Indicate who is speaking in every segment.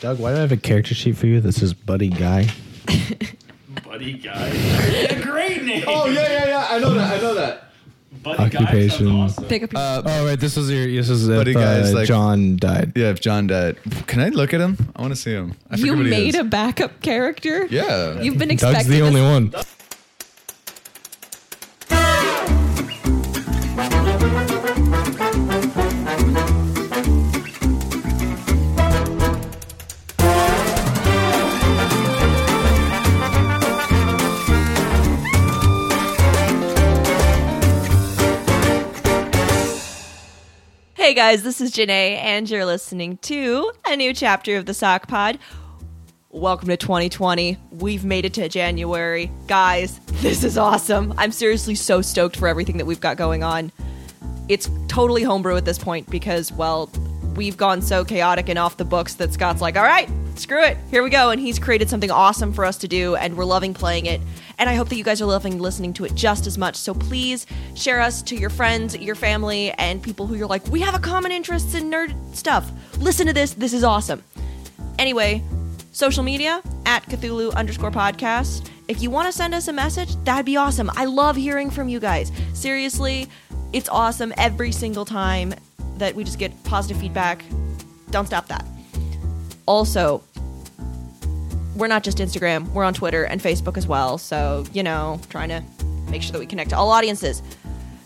Speaker 1: Doug, why do I have a character sheet for you that says Buddy Guy?
Speaker 2: Buddy Guy. yeah, great name.
Speaker 3: Oh yeah, yeah, yeah. I know that. I know that.
Speaker 2: Buddy Guy sounds
Speaker 1: Occupation.
Speaker 2: awesome.
Speaker 4: Pick up your
Speaker 3: Uh,
Speaker 1: Oh right, this is your this is
Speaker 3: Buddy
Speaker 1: if,
Speaker 3: Guy is
Speaker 1: uh,
Speaker 3: like-
Speaker 1: John died.
Speaker 3: Yeah, if John died, can I look at him? I want to see him. I
Speaker 4: You
Speaker 3: forget what he
Speaker 4: made
Speaker 3: is.
Speaker 4: a backup character?
Speaker 3: Yeah.
Speaker 4: You've been expecting
Speaker 1: Doug's the
Speaker 4: this-
Speaker 1: only one.
Speaker 4: Hey guys, this is Janae, and you're listening to a new chapter of the Sock Pod. Welcome to 2020. We've made it to January. Guys, this is awesome. I'm seriously so stoked for everything that we've got going on. It's totally homebrew at this point because, well, we've gone so chaotic and off the books that Scott's like, all right, screw it, here we go. And he's created something awesome for us to do, and we're loving playing it. And I hope that you guys are loving listening to it just as much. So please share us to your friends, your family, and people who you're like, we have a common interest in nerd stuff. Listen to this, this is awesome. Anyway, social media at Cthulhu underscore podcast. If you want to send us a message, that'd be awesome. I love hearing from you guys. Seriously, it's awesome every single time that we just get positive feedback. Don't stop that. Also, we're not just Instagram, we're on Twitter and Facebook as well. So, you know, trying to make sure that we connect to all audiences.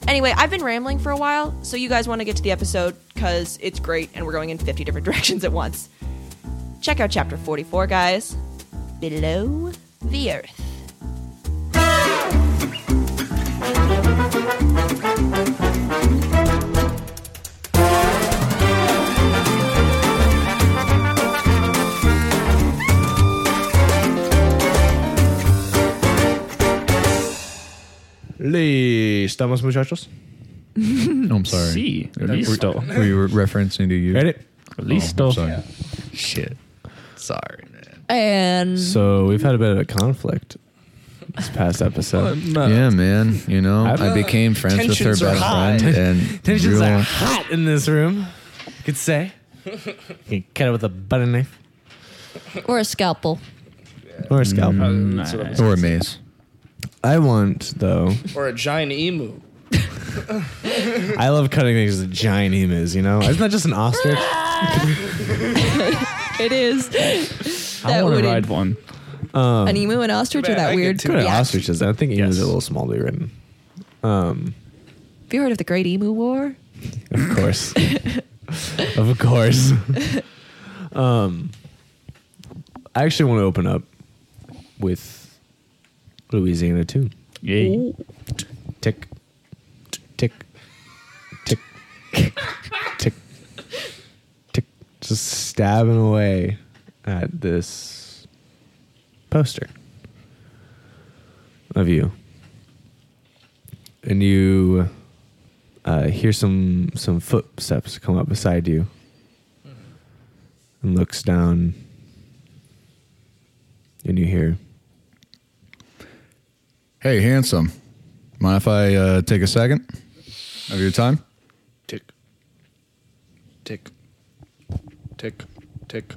Speaker 4: Anyway, I've been rambling for a while, so you guys want to get to the episode because it's great and we're going in 50 different directions at once check out chapter 44, guys. Below the Earth.
Speaker 1: Estamos muchachos.
Speaker 3: Oh, I'm sorry.
Speaker 2: Sí,
Speaker 3: Were-
Speaker 2: listo.
Speaker 3: Were you referencing to you?
Speaker 1: Ready?
Speaker 3: Oh,
Speaker 2: Listo.
Speaker 3: I'm sorry. Shit. Sorry, man.
Speaker 4: And
Speaker 1: So we've had a bit of a conflict this past episode.
Speaker 3: yeah, man. You know, I,
Speaker 1: I've-
Speaker 3: became friends with her
Speaker 5: Tensions are
Speaker 3: best
Speaker 5: high.
Speaker 3: friend, and
Speaker 1: Tensions
Speaker 3: real-
Speaker 1: are hot in this room. You could say. You can cut it with a butter knife
Speaker 4: or a scalpel.
Speaker 1: or a scalpel.
Speaker 5: That's what I'm saying.
Speaker 3: or a maze.
Speaker 1: I want though.
Speaker 5: Or a giant emu.
Speaker 1: I love cutting things as a giant emu is. You know, isn't that just an ostrich?
Speaker 4: It is.
Speaker 2: I
Speaker 4: That
Speaker 2: want
Speaker 4: wouldn't-
Speaker 2: to ride one.
Speaker 4: an emu and ostrich are
Speaker 5: Man, I
Speaker 4: that
Speaker 5: get
Speaker 4: weird.
Speaker 5: two-
Speaker 1: Kind of
Speaker 4: Yeah.
Speaker 1: ostriches. I think emus
Speaker 2: Yes.
Speaker 1: are a little smallly written.
Speaker 4: Have you heard of the Great Emu War?
Speaker 1: Of course. of course. um, I actually want to open up with Louisiana tune.
Speaker 2: Yay.
Speaker 1: Tick, t- tick, tick, tick, tick. Just stabbing away at this poster of you. And you uh, hear some, some footsteps come up beside you and looks down and you hear
Speaker 3: Hey, handsome. Mind if I uh, take a second of your time?
Speaker 5: Tick. Tick. Tick. Tick.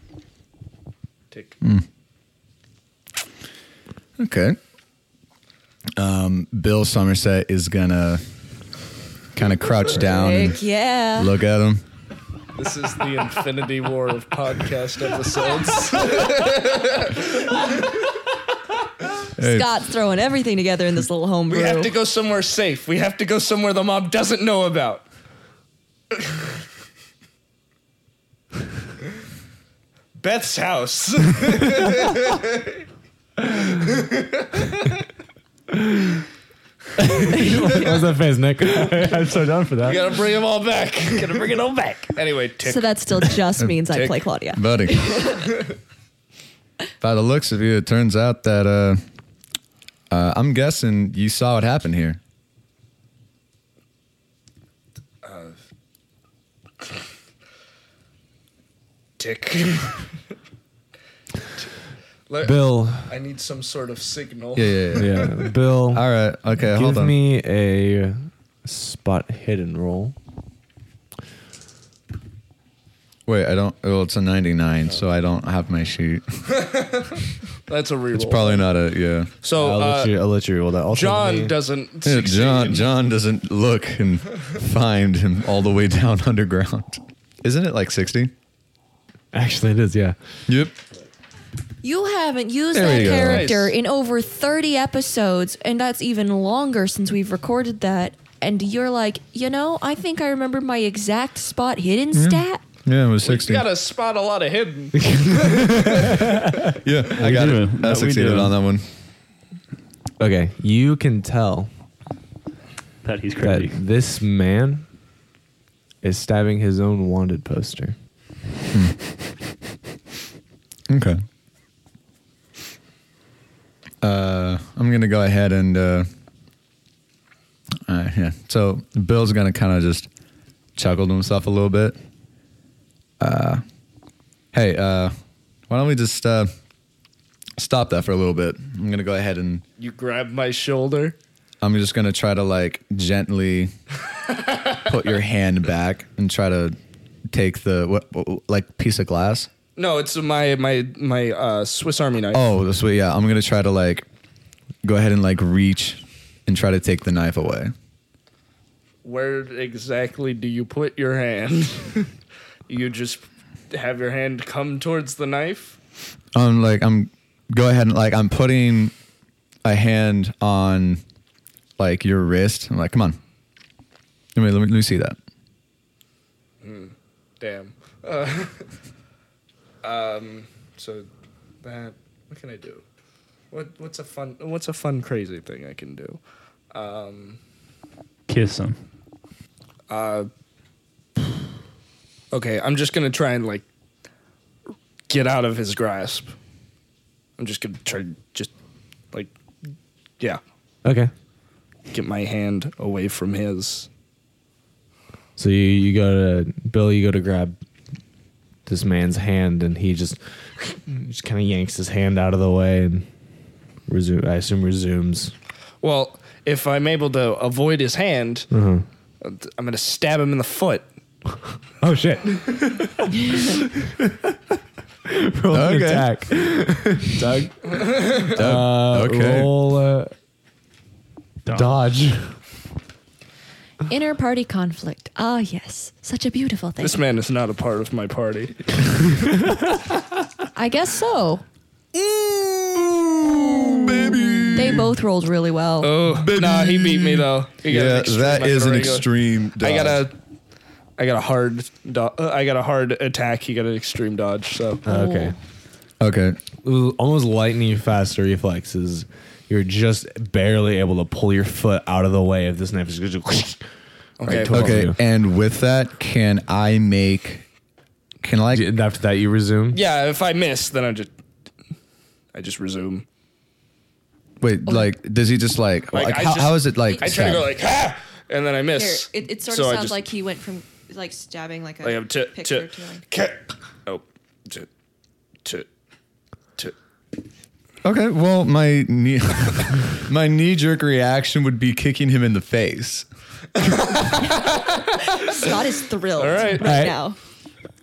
Speaker 5: Tick.
Speaker 3: Okay. Um, Bill Somerset is gonna kind of crouch down
Speaker 4: Heck
Speaker 3: and
Speaker 4: yeah.
Speaker 3: look at him.
Speaker 5: This is the Infinity War of podcast episodes.
Speaker 3: Hey,
Speaker 4: Scott's throwing everything together in this little homebrew.
Speaker 5: we have to go somewhere safe. We have to go somewhere the mob doesn't know about. Beth's house.
Speaker 1: What's that face, Nick? I'm so down for that.
Speaker 5: We gotta bring them all back. gotta bring it all back. Anyway, tick.
Speaker 4: so that still just means I
Speaker 3: Tick.
Speaker 4: play Claudia.
Speaker 3: buddy. By the looks of you, it turns out that uh, uh, I'm guessing you saw what happened here.
Speaker 5: tick. Let-
Speaker 1: Bill.
Speaker 5: I need some sort of signal.
Speaker 3: Yeah, yeah, yeah.
Speaker 1: Yeah, Bill.
Speaker 3: All right. Okay. hold
Speaker 1: Give
Speaker 3: on.
Speaker 1: me a spot hidden roll.
Speaker 3: Wait, I don't. Well, it's a 99, so I don't have my sheet.
Speaker 5: That's a reroll.
Speaker 3: It's probably not a yeah.
Speaker 5: so.
Speaker 1: I'll,
Speaker 5: Uh,
Speaker 1: let you, I'll let you roll that. Also, let
Speaker 5: John
Speaker 1: me-
Speaker 5: doesn't.
Speaker 3: Yeah,
Speaker 5: succeed.
Speaker 3: John John doesn't look and find him all the way down underground. Isn't it like 60?
Speaker 1: Actually, it is. Yeah.
Speaker 3: Yep.
Speaker 4: You haven't used
Speaker 3: There
Speaker 4: that
Speaker 3: we go.
Speaker 4: character
Speaker 5: Nice.
Speaker 4: in over 30 episodes, and that's even longer since we've recorded that. And you're like, you know, I think I remember my exact spot hidden stat.
Speaker 3: Yeah, it was 60.
Speaker 5: You gotta spot a lot of hidden.
Speaker 3: Yeah, I got
Speaker 2: do.
Speaker 3: it.
Speaker 2: That
Speaker 3: I
Speaker 2: we
Speaker 3: succeeded
Speaker 2: do.
Speaker 3: on that one.
Speaker 1: Okay. You can tell
Speaker 2: That he's
Speaker 1: that
Speaker 2: crazy.
Speaker 1: this man is stabbing his own wanted poster.
Speaker 3: Okay. Uh, I'm gonna go ahead and uh, uh, yeah. So Bill's gonna kind of just chuckle to himself a little bit. Uh, hey, uh, why don't we just uh, stop that for a little bit? I'm gonna go ahead and
Speaker 5: You grab my shoulder.
Speaker 3: I'm just gonna try to like gently put your hand back and try to take the what, what like piece of glass.
Speaker 5: No, it's my my my uh, Swiss Army knife.
Speaker 3: Oh, that's what. Yeah, I'm gonna try to like go ahead and like reach and try to take the knife away.
Speaker 5: Where exactly do you put your hand? you just have your hand come towards the knife.
Speaker 3: I'm Um, like I'm go ahead and like I'm putting a hand on like your wrist. I'm like, come on. Let me let me, let me see that.
Speaker 5: Damn. Uh, um. So that. What can I do? What what's a fun what's a fun crazy thing I can do? Um,
Speaker 2: Kiss him.
Speaker 5: uh, Okay, I'm just gonna try and like get out of his grasp. I'm just gonna try to just like yeah,
Speaker 1: Okay.
Speaker 5: get my hand away from his.
Speaker 1: So you, you go to Bill, you go to grab this man's hand, and he just just kind of yanks his hand out of the way and resume. I assume resumes.
Speaker 5: Well, if I'm able to avoid his hand,
Speaker 3: Mm-hmm.
Speaker 1: Uh-huh.
Speaker 5: I'm gonna stab him in the foot.
Speaker 1: Oh shit! roll an
Speaker 3: Okay.
Speaker 1: attack, Doug. Uh,
Speaker 3: okay.
Speaker 1: Roll uh,
Speaker 2: Dodge.
Speaker 1: dodge.
Speaker 4: Inner party conflict. Ah, yes. Such a beautiful thing.
Speaker 5: This man is not a part of my party.
Speaker 4: I guess so. baby. They both rolled really well.
Speaker 5: Oh, nah, he beat me though. He got an
Speaker 3: Yeah,
Speaker 5: extreme
Speaker 3: that
Speaker 5: on
Speaker 3: is
Speaker 5: the
Speaker 3: an
Speaker 5: regular.
Speaker 3: extreme.
Speaker 5: I got
Speaker 3: dodge.
Speaker 5: a, I got a hard, do- uh, I got a hard attack. He got an extreme dodge. So
Speaker 3: Uh,
Speaker 1: Okay.
Speaker 3: okay.
Speaker 1: It was almost lightning fast reflexes. You're just barely able to pull your foot out of the way of this knife. Just
Speaker 5: okay,
Speaker 1: towards
Speaker 3: Okay,
Speaker 1: you.
Speaker 3: and with that, can I make? Can I? Like,
Speaker 1: And after that, you resume.
Speaker 5: yeah. If I miss, then I just, I just resume.
Speaker 3: wait, like, does he just like?
Speaker 5: Like,
Speaker 3: like,
Speaker 5: I
Speaker 3: how,
Speaker 5: just-
Speaker 3: how is it like?
Speaker 5: I try to
Speaker 3: stabbed?
Speaker 5: go like ha, and then I miss.
Speaker 6: Here, it, it sort
Speaker 5: So
Speaker 6: of
Speaker 5: I
Speaker 6: sounds
Speaker 5: just-
Speaker 6: like he went from like stabbing like a
Speaker 5: like I'm to
Speaker 6: picture
Speaker 5: to
Speaker 6: to like
Speaker 5: ca- oh to to to.
Speaker 3: Okay, well, my knee, my knee jerk reaction would be kicking him in the face.
Speaker 4: Scott is thrilled
Speaker 5: right.
Speaker 4: right,
Speaker 1: right.
Speaker 4: now.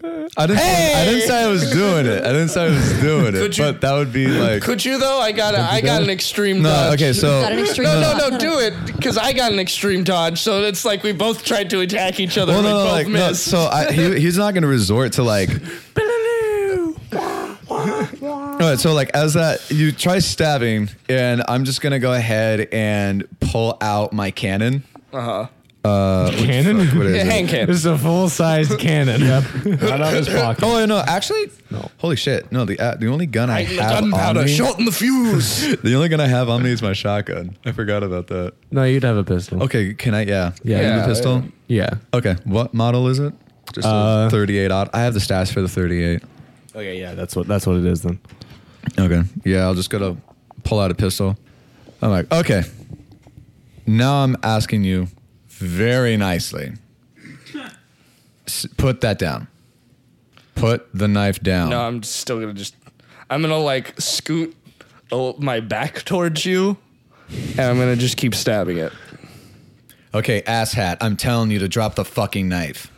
Speaker 3: I didn't, I didn't say I was doing it. I didn't say I was doing it,
Speaker 5: Could you-
Speaker 3: but that would be like
Speaker 5: Could you though? I got a, I got an extreme
Speaker 3: no.
Speaker 5: dodge.
Speaker 3: Okay, so
Speaker 4: Got an extreme
Speaker 5: No,
Speaker 4: dodge.
Speaker 5: no, no, do it because I got an extreme dodge. So it's like we both tried to attack each other.
Speaker 3: well,
Speaker 5: and
Speaker 3: no,
Speaker 5: we
Speaker 3: no,
Speaker 5: both
Speaker 3: like no.
Speaker 5: missed.
Speaker 3: So I, he, he's not going to resort to like. All right, so like as that you try stabbing, and I'm just gonna go ahead and pull out my cannon.
Speaker 1: Cannon.
Speaker 3: What is
Speaker 5: Yeah,
Speaker 3: it?
Speaker 5: hand cannon.
Speaker 1: It's a full sized cannon. Yep. Not out of his pocket.
Speaker 3: Oh no! Actually,
Speaker 1: No.
Speaker 3: Holy shit! No, the uh, the only gun I,
Speaker 5: Lighten the
Speaker 3: have on
Speaker 5: gunpowder,
Speaker 3: me,
Speaker 5: shorten the fuse.
Speaker 3: the only gun I have on me is my shotgun. I forgot about that.
Speaker 1: No, you'd have a pistol.
Speaker 3: Okay, can I? Yeah,
Speaker 1: Yeah,
Speaker 3: You have
Speaker 5: yeah,
Speaker 3: a pistol.
Speaker 1: Yeah.
Speaker 3: Okay, what model is it? Just
Speaker 1: Uh,
Speaker 3: a 38 odd. I have the stats for the 38.
Speaker 1: Okay. Yeah. That's what. That's what it is then.
Speaker 3: Okay, yeah, I'll just go to pull out a pistol. I'm like, okay. Now I'm asking you very nicely. S- Put that down. Put the knife down.
Speaker 5: no, I'm still gonna just. I'm gonna like scoot a- my back towards you, and I'm gonna just keep stabbing it.
Speaker 3: Okay, asshat, I'm telling you to drop the fucking knife.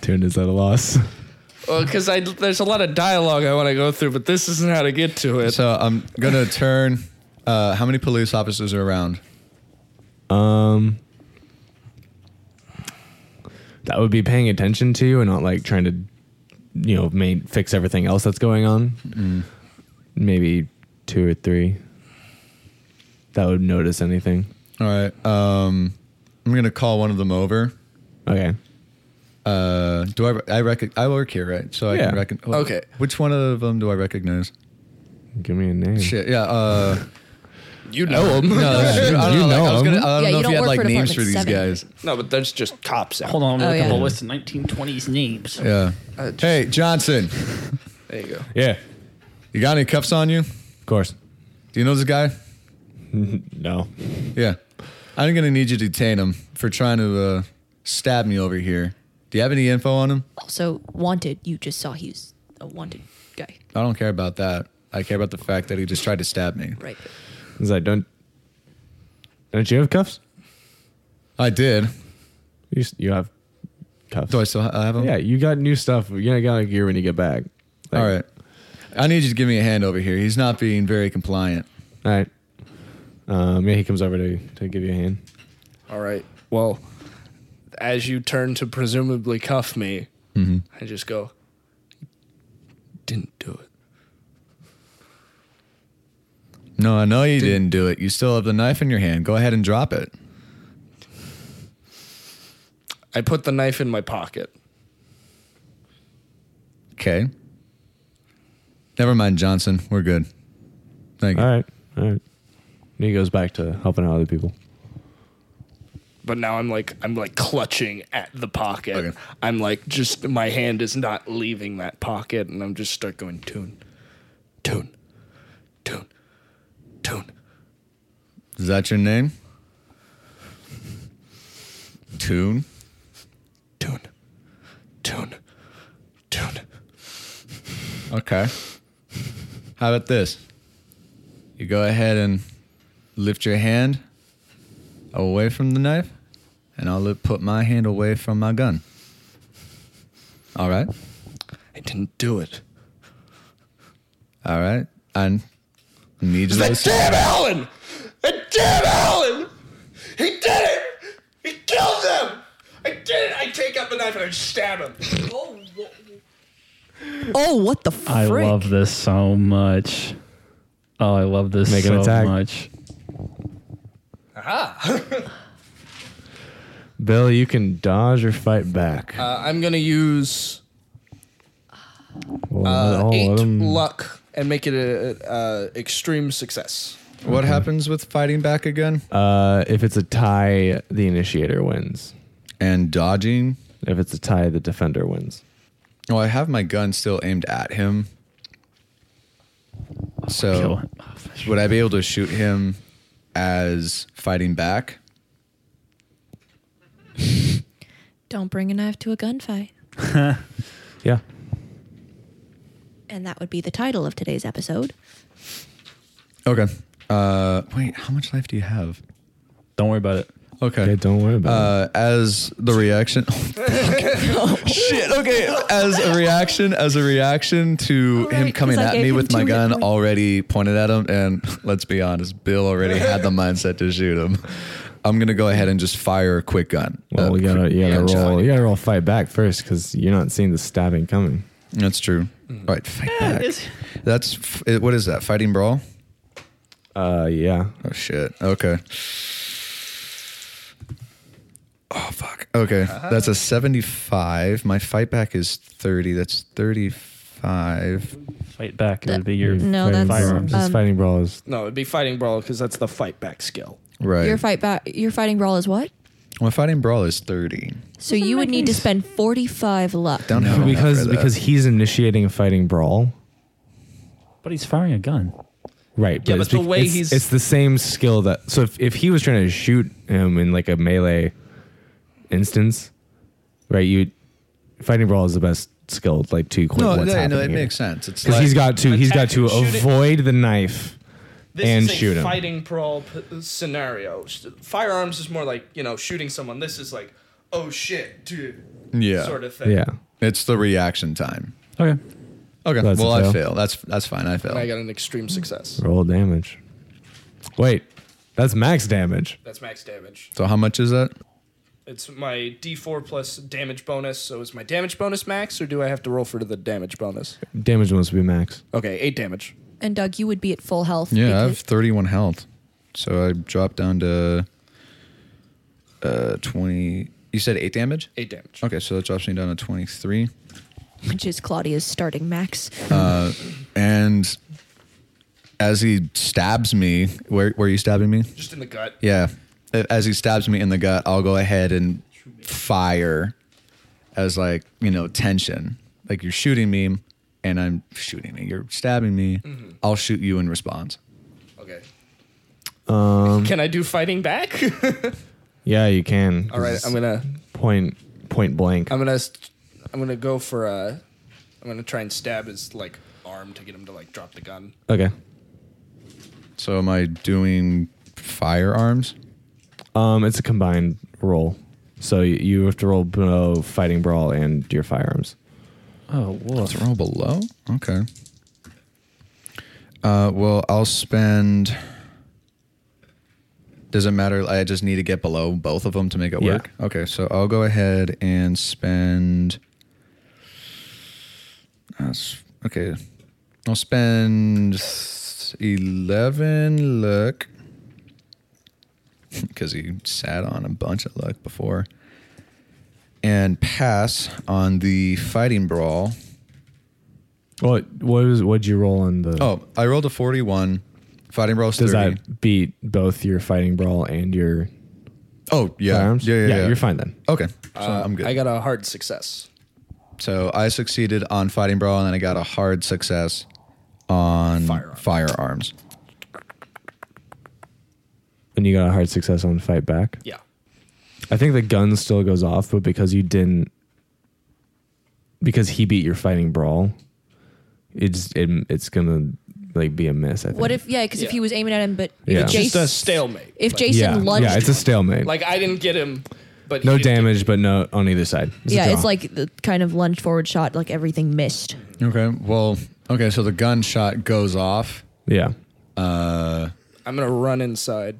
Speaker 1: Tuna's at a loss.
Speaker 5: Well, because I there's a lot of dialogue I want to go through, but this isn't how to get to it.
Speaker 3: So I'm gonna turn. Uh, how many police officers are around?
Speaker 1: Um, that would be paying attention to you and not like trying to, you know, main, fix everything else that's going on.
Speaker 3: Mm.
Speaker 1: Maybe two or three that would notice anything.
Speaker 3: All right. Um, I'm gonna call one of them over.
Speaker 1: Okay.
Speaker 3: Uh, do I? I reckon I work here, right? So I
Speaker 1: Yeah.
Speaker 3: can reckon.
Speaker 5: Okay.
Speaker 3: Which one of them do I recognize?
Speaker 1: Give me a name.
Speaker 3: Shit. Yeah. Uh,
Speaker 5: you know him.
Speaker 3: no, that's true. I don't
Speaker 1: You
Speaker 3: know. like,
Speaker 1: know
Speaker 3: I was gonna, I
Speaker 1: him.
Speaker 3: don't
Speaker 4: Yeah,
Speaker 3: know
Speaker 4: you
Speaker 3: if
Speaker 4: don't
Speaker 3: you had
Speaker 4: work
Speaker 3: like
Speaker 4: for
Speaker 3: names for these
Speaker 4: Department
Speaker 3: guys.
Speaker 5: No, but that's just cops out.
Speaker 2: Hold on, I'm
Speaker 4: Oh,
Speaker 2: looking at
Speaker 4: yeah.
Speaker 2: the list of 1920s names.
Speaker 3: Yeah.
Speaker 4: Uh,
Speaker 3: hey, Johnson.
Speaker 5: There you go.
Speaker 1: Yeah.
Speaker 3: You got any cuffs on you?
Speaker 1: Of course.
Speaker 3: Do you know this guy?
Speaker 1: No.
Speaker 3: Yeah. I'm gonna need you to detain him for trying to uh, stab me over here. Do you have any info on him?
Speaker 4: Also, wanted. You just saw he's a wanted guy,
Speaker 3: I don't care about that. I care about the fact that he just tried to stab me.
Speaker 4: right?
Speaker 1: Is that don't? Don't you have cuffs?
Speaker 3: I did.
Speaker 1: You s- you have cuffs.
Speaker 3: Do I still ha- I have him?
Speaker 1: yeah, you got new stuff. You gotta got a gear when you get back. Like,
Speaker 3: All right. I need you to give me a hand over here. He's not being very compliant.
Speaker 1: All right. Um, yeah, he comes over to to give you a hand.
Speaker 5: All right. Well, as you turn to presumably cuff me, I just go, didn't do it.
Speaker 3: No, I know you didn't do it. You still have the knife in your hand. Go ahead and drop it.
Speaker 5: I put the knife in my pocket.
Speaker 3: Okay. Never mind, Johnson. We're good. Thank you.
Speaker 1: All right. All right. And he goes back to helping out other people.
Speaker 5: But now I'm like I'm like clutching at the pocket.
Speaker 3: Okay.
Speaker 5: I'm like just my hand is not leaving that pocket and I'm just start going tune. Tune. Tune. Tune.
Speaker 3: Is that your name? Tune?
Speaker 5: Tune. Tune. Tune.
Speaker 3: Okay. How about this? You go ahead and lift your hand away from the knife, and I'll li- put my hand away from my gun. All right.
Speaker 5: I didn't do it.
Speaker 3: All right. I need you to
Speaker 5: That
Speaker 3: listen.
Speaker 5: damn Alan! That damn Alan! He did it! He killed them! I did it! I take out the knife and I stab him.
Speaker 4: Oh, what the frick?
Speaker 2: I love this so much. Oh, I love this
Speaker 1: Make an
Speaker 2: so
Speaker 1: attack.
Speaker 2: much.
Speaker 1: Bill, you can dodge or fight back.
Speaker 5: Uh, I'm gonna use
Speaker 1: Well,
Speaker 5: uh,
Speaker 1: all of
Speaker 5: eight
Speaker 1: them-
Speaker 5: luck and make it a, a, a extreme success.
Speaker 3: What happens with fighting back again?
Speaker 1: uh, if it's a tie, the initiator wins.
Speaker 3: and dodging.
Speaker 1: If it's a tie, the defender wins.
Speaker 3: Oh, I have my gun still aimed at him.
Speaker 2: Kill
Speaker 3: So,
Speaker 2: him.
Speaker 3: would I be able to shoot him as fighting back?
Speaker 4: Don't bring a knife to a gunfight.
Speaker 1: Yeah.
Speaker 4: And that would be the title of today's episode.
Speaker 3: Okay. Uh, wait, how much life do you have?
Speaker 2: Don't worry about it.
Speaker 3: Okay.
Speaker 1: Okay, don't worry about it.
Speaker 3: uh, as the reaction, shit. Okay, as a reaction, as a reaction to
Speaker 4: All
Speaker 3: him
Speaker 4: right,
Speaker 3: coming
Speaker 4: 'cause I
Speaker 3: at
Speaker 4: gave
Speaker 3: me
Speaker 4: him
Speaker 3: with my
Speaker 4: two hit
Speaker 3: gun
Speaker 4: points.
Speaker 3: already pointed at him, and let's be honest, Bill already had the mindset to shoot him. I'm gonna go ahead and just fire a quick gun.
Speaker 1: Well,
Speaker 3: Uh,
Speaker 1: we gotta, you gotta
Speaker 3: gunshot.
Speaker 1: roll. You gotta roll fight back first because you're not seeing the stabbing coming.
Speaker 3: That's true. All right, fight back. That's f- it- what is that? Fighting brawl?
Speaker 1: Uh, yeah.
Speaker 3: Oh shit. Okay. Oh fuck. Okay, that's a seventy-five. My fight back is thirty. That's thirty-five.
Speaker 2: Fight back. It would be your
Speaker 4: No,
Speaker 1: Fighting
Speaker 4: that's
Speaker 1: brawl.
Speaker 2: firearms.
Speaker 1: Just
Speaker 4: um,
Speaker 1: fighting brawl is
Speaker 5: No, it'd be fighting brawl because that's the fight back skill.
Speaker 3: Right.
Speaker 4: your fight back. Your fighting brawl is what?
Speaker 3: My fighting brawl is thirty.
Speaker 4: So you would need to spend forty-five luck.
Speaker 3: Don't have enough
Speaker 1: because
Speaker 3: for that.
Speaker 1: because he's initiating a fighting brawl.
Speaker 2: But he's firing a gun.
Speaker 1: Right, but,
Speaker 5: but
Speaker 1: it's
Speaker 5: the
Speaker 1: bec-
Speaker 5: way
Speaker 1: it's,
Speaker 5: he's-
Speaker 1: it's the same skill that so if, if he was trying to shoot him in like a melee instance, right? You fighting brawl is the best skill, like to quit
Speaker 3: no,
Speaker 1: what's
Speaker 3: no,
Speaker 1: happening.
Speaker 3: no, it
Speaker 1: here.
Speaker 3: makes sense. It's
Speaker 1: 'Cause
Speaker 3: like,
Speaker 1: he's got to he's got to
Speaker 5: Attack and shoot it.
Speaker 1: avoid the knife.
Speaker 5: This
Speaker 1: And
Speaker 5: is a
Speaker 1: shoot 'em.
Speaker 5: fighting brawl p- scenario. S- Firearms is more like you know shooting someone. This is like, oh shit, dude.
Speaker 3: Yeah.
Speaker 7: sort of thing.
Speaker 1: Yeah.
Speaker 3: It's the reaction time.
Speaker 2: Okay.
Speaker 3: Okay.
Speaker 1: That's a
Speaker 3: well, I
Speaker 1: fail.
Speaker 3: fail. That's that's fine. I
Speaker 5: And I
Speaker 3: fail.
Speaker 5: got an extreme success.
Speaker 1: Roll damage. Wait, that's max damage.
Speaker 5: That's max damage.
Speaker 3: So how much is that?
Speaker 5: It's my D4 plus damage bonus. So is my damage bonus max, or do I have to roll for the damage bonus?
Speaker 1: Damage must be max.
Speaker 5: Okay, eight damage.
Speaker 4: And Doug, you would be at full health.
Speaker 3: Yeah, I have
Speaker 4: because-
Speaker 3: 31 health. So I dropped down to uh 20. You said 8 damage?
Speaker 5: Eight damage.
Speaker 3: Okay, so that drops me down to 23.
Speaker 4: which is Claudia's starting max.
Speaker 3: And as he stabs me, where where are you stabbing me?
Speaker 5: Just in the gut.
Speaker 3: Yeah. As he stabs me in the gut, I'll go ahead and fire as like, you know, tension. Like you're shooting me and I'm shooting you. You're stabbing me. I'll shoot you in response.
Speaker 5: Okay.
Speaker 1: Um,
Speaker 5: Can I do fighting back?
Speaker 1: Yeah, you can.
Speaker 5: All right, I'm gonna,
Speaker 1: point point blank.
Speaker 5: I'm gonna, st- I'm gonna go for a. I'm gonna try and stab his like arm to get him to like drop the gun.
Speaker 1: okay.
Speaker 3: So am I doing firearms?
Speaker 1: Um, it's a combined roll, so y- you have to roll below fighting brawl and your firearms.
Speaker 2: Oh, woof.
Speaker 3: Roll below? Okay. Uh, well, I'll spend. Doesn't matter. I just need to get below both of them to make it
Speaker 1: Yeah.
Speaker 3: work. Okay, so I'll go ahead and spend. That's okay. I'll spend eleven luck because he sat on a bunch of luck before, and pass on the fighting brawl.
Speaker 1: What what was what'd you roll on the?
Speaker 3: Oh, I rolled a 41. Fighting Brawl's
Speaker 1: does
Speaker 3: 30.
Speaker 1: that beat both your fighting brawl and your
Speaker 3: Oh, yeah.
Speaker 1: firearms?
Speaker 3: Yeah, yeah, yeah.
Speaker 1: You're fine then.
Speaker 3: Okay. So I'm good.
Speaker 5: I got a hard success.
Speaker 3: so I succeeded on Fighting Brawl and then I got a hard success on
Speaker 5: Firearms.
Speaker 3: firearms.
Speaker 1: And you got a hard success on fight back.
Speaker 5: Yeah.
Speaker 1: I think the gun still goes off, but because you didn't, because he beat your fighting brawl, it's it, it's gonna like be a miss. I think.
Speaker 4: What if? Yeah, because if
Speaker 5: Yeah.
Speaker 4: he was aiming at him, but
Speaker 1: Yeah.
Speaker 4: if
Speaker 1: It's
Speaker 5: Just a
Speaker 4: Jason,
Speaker 5: stalemate.
Speaker 4: if
Speaker 5: Like-
Speaker 4: Jason
Speaker 1: Yeah,
Speaker 4: lunged,
Speaker 1: yeah, it's a stalemate.
Speaker 5: Like I didn't get him, but he
Speaker 1: no
Speaker 5: did get
Speaker 1: damage,
Speaker 5: me.
Speaker 1: but no on either side. It's a
Speaker 4: yeah,
Speaker 1: draw.
Speaker 4: it's like the kind of lunge forward shot, like everything missed.
Speaker 3: Okay. Well, okay. So the gunshot goes off.
Speaker 1: yeah.
Speaker 5: I'm gonna run inside.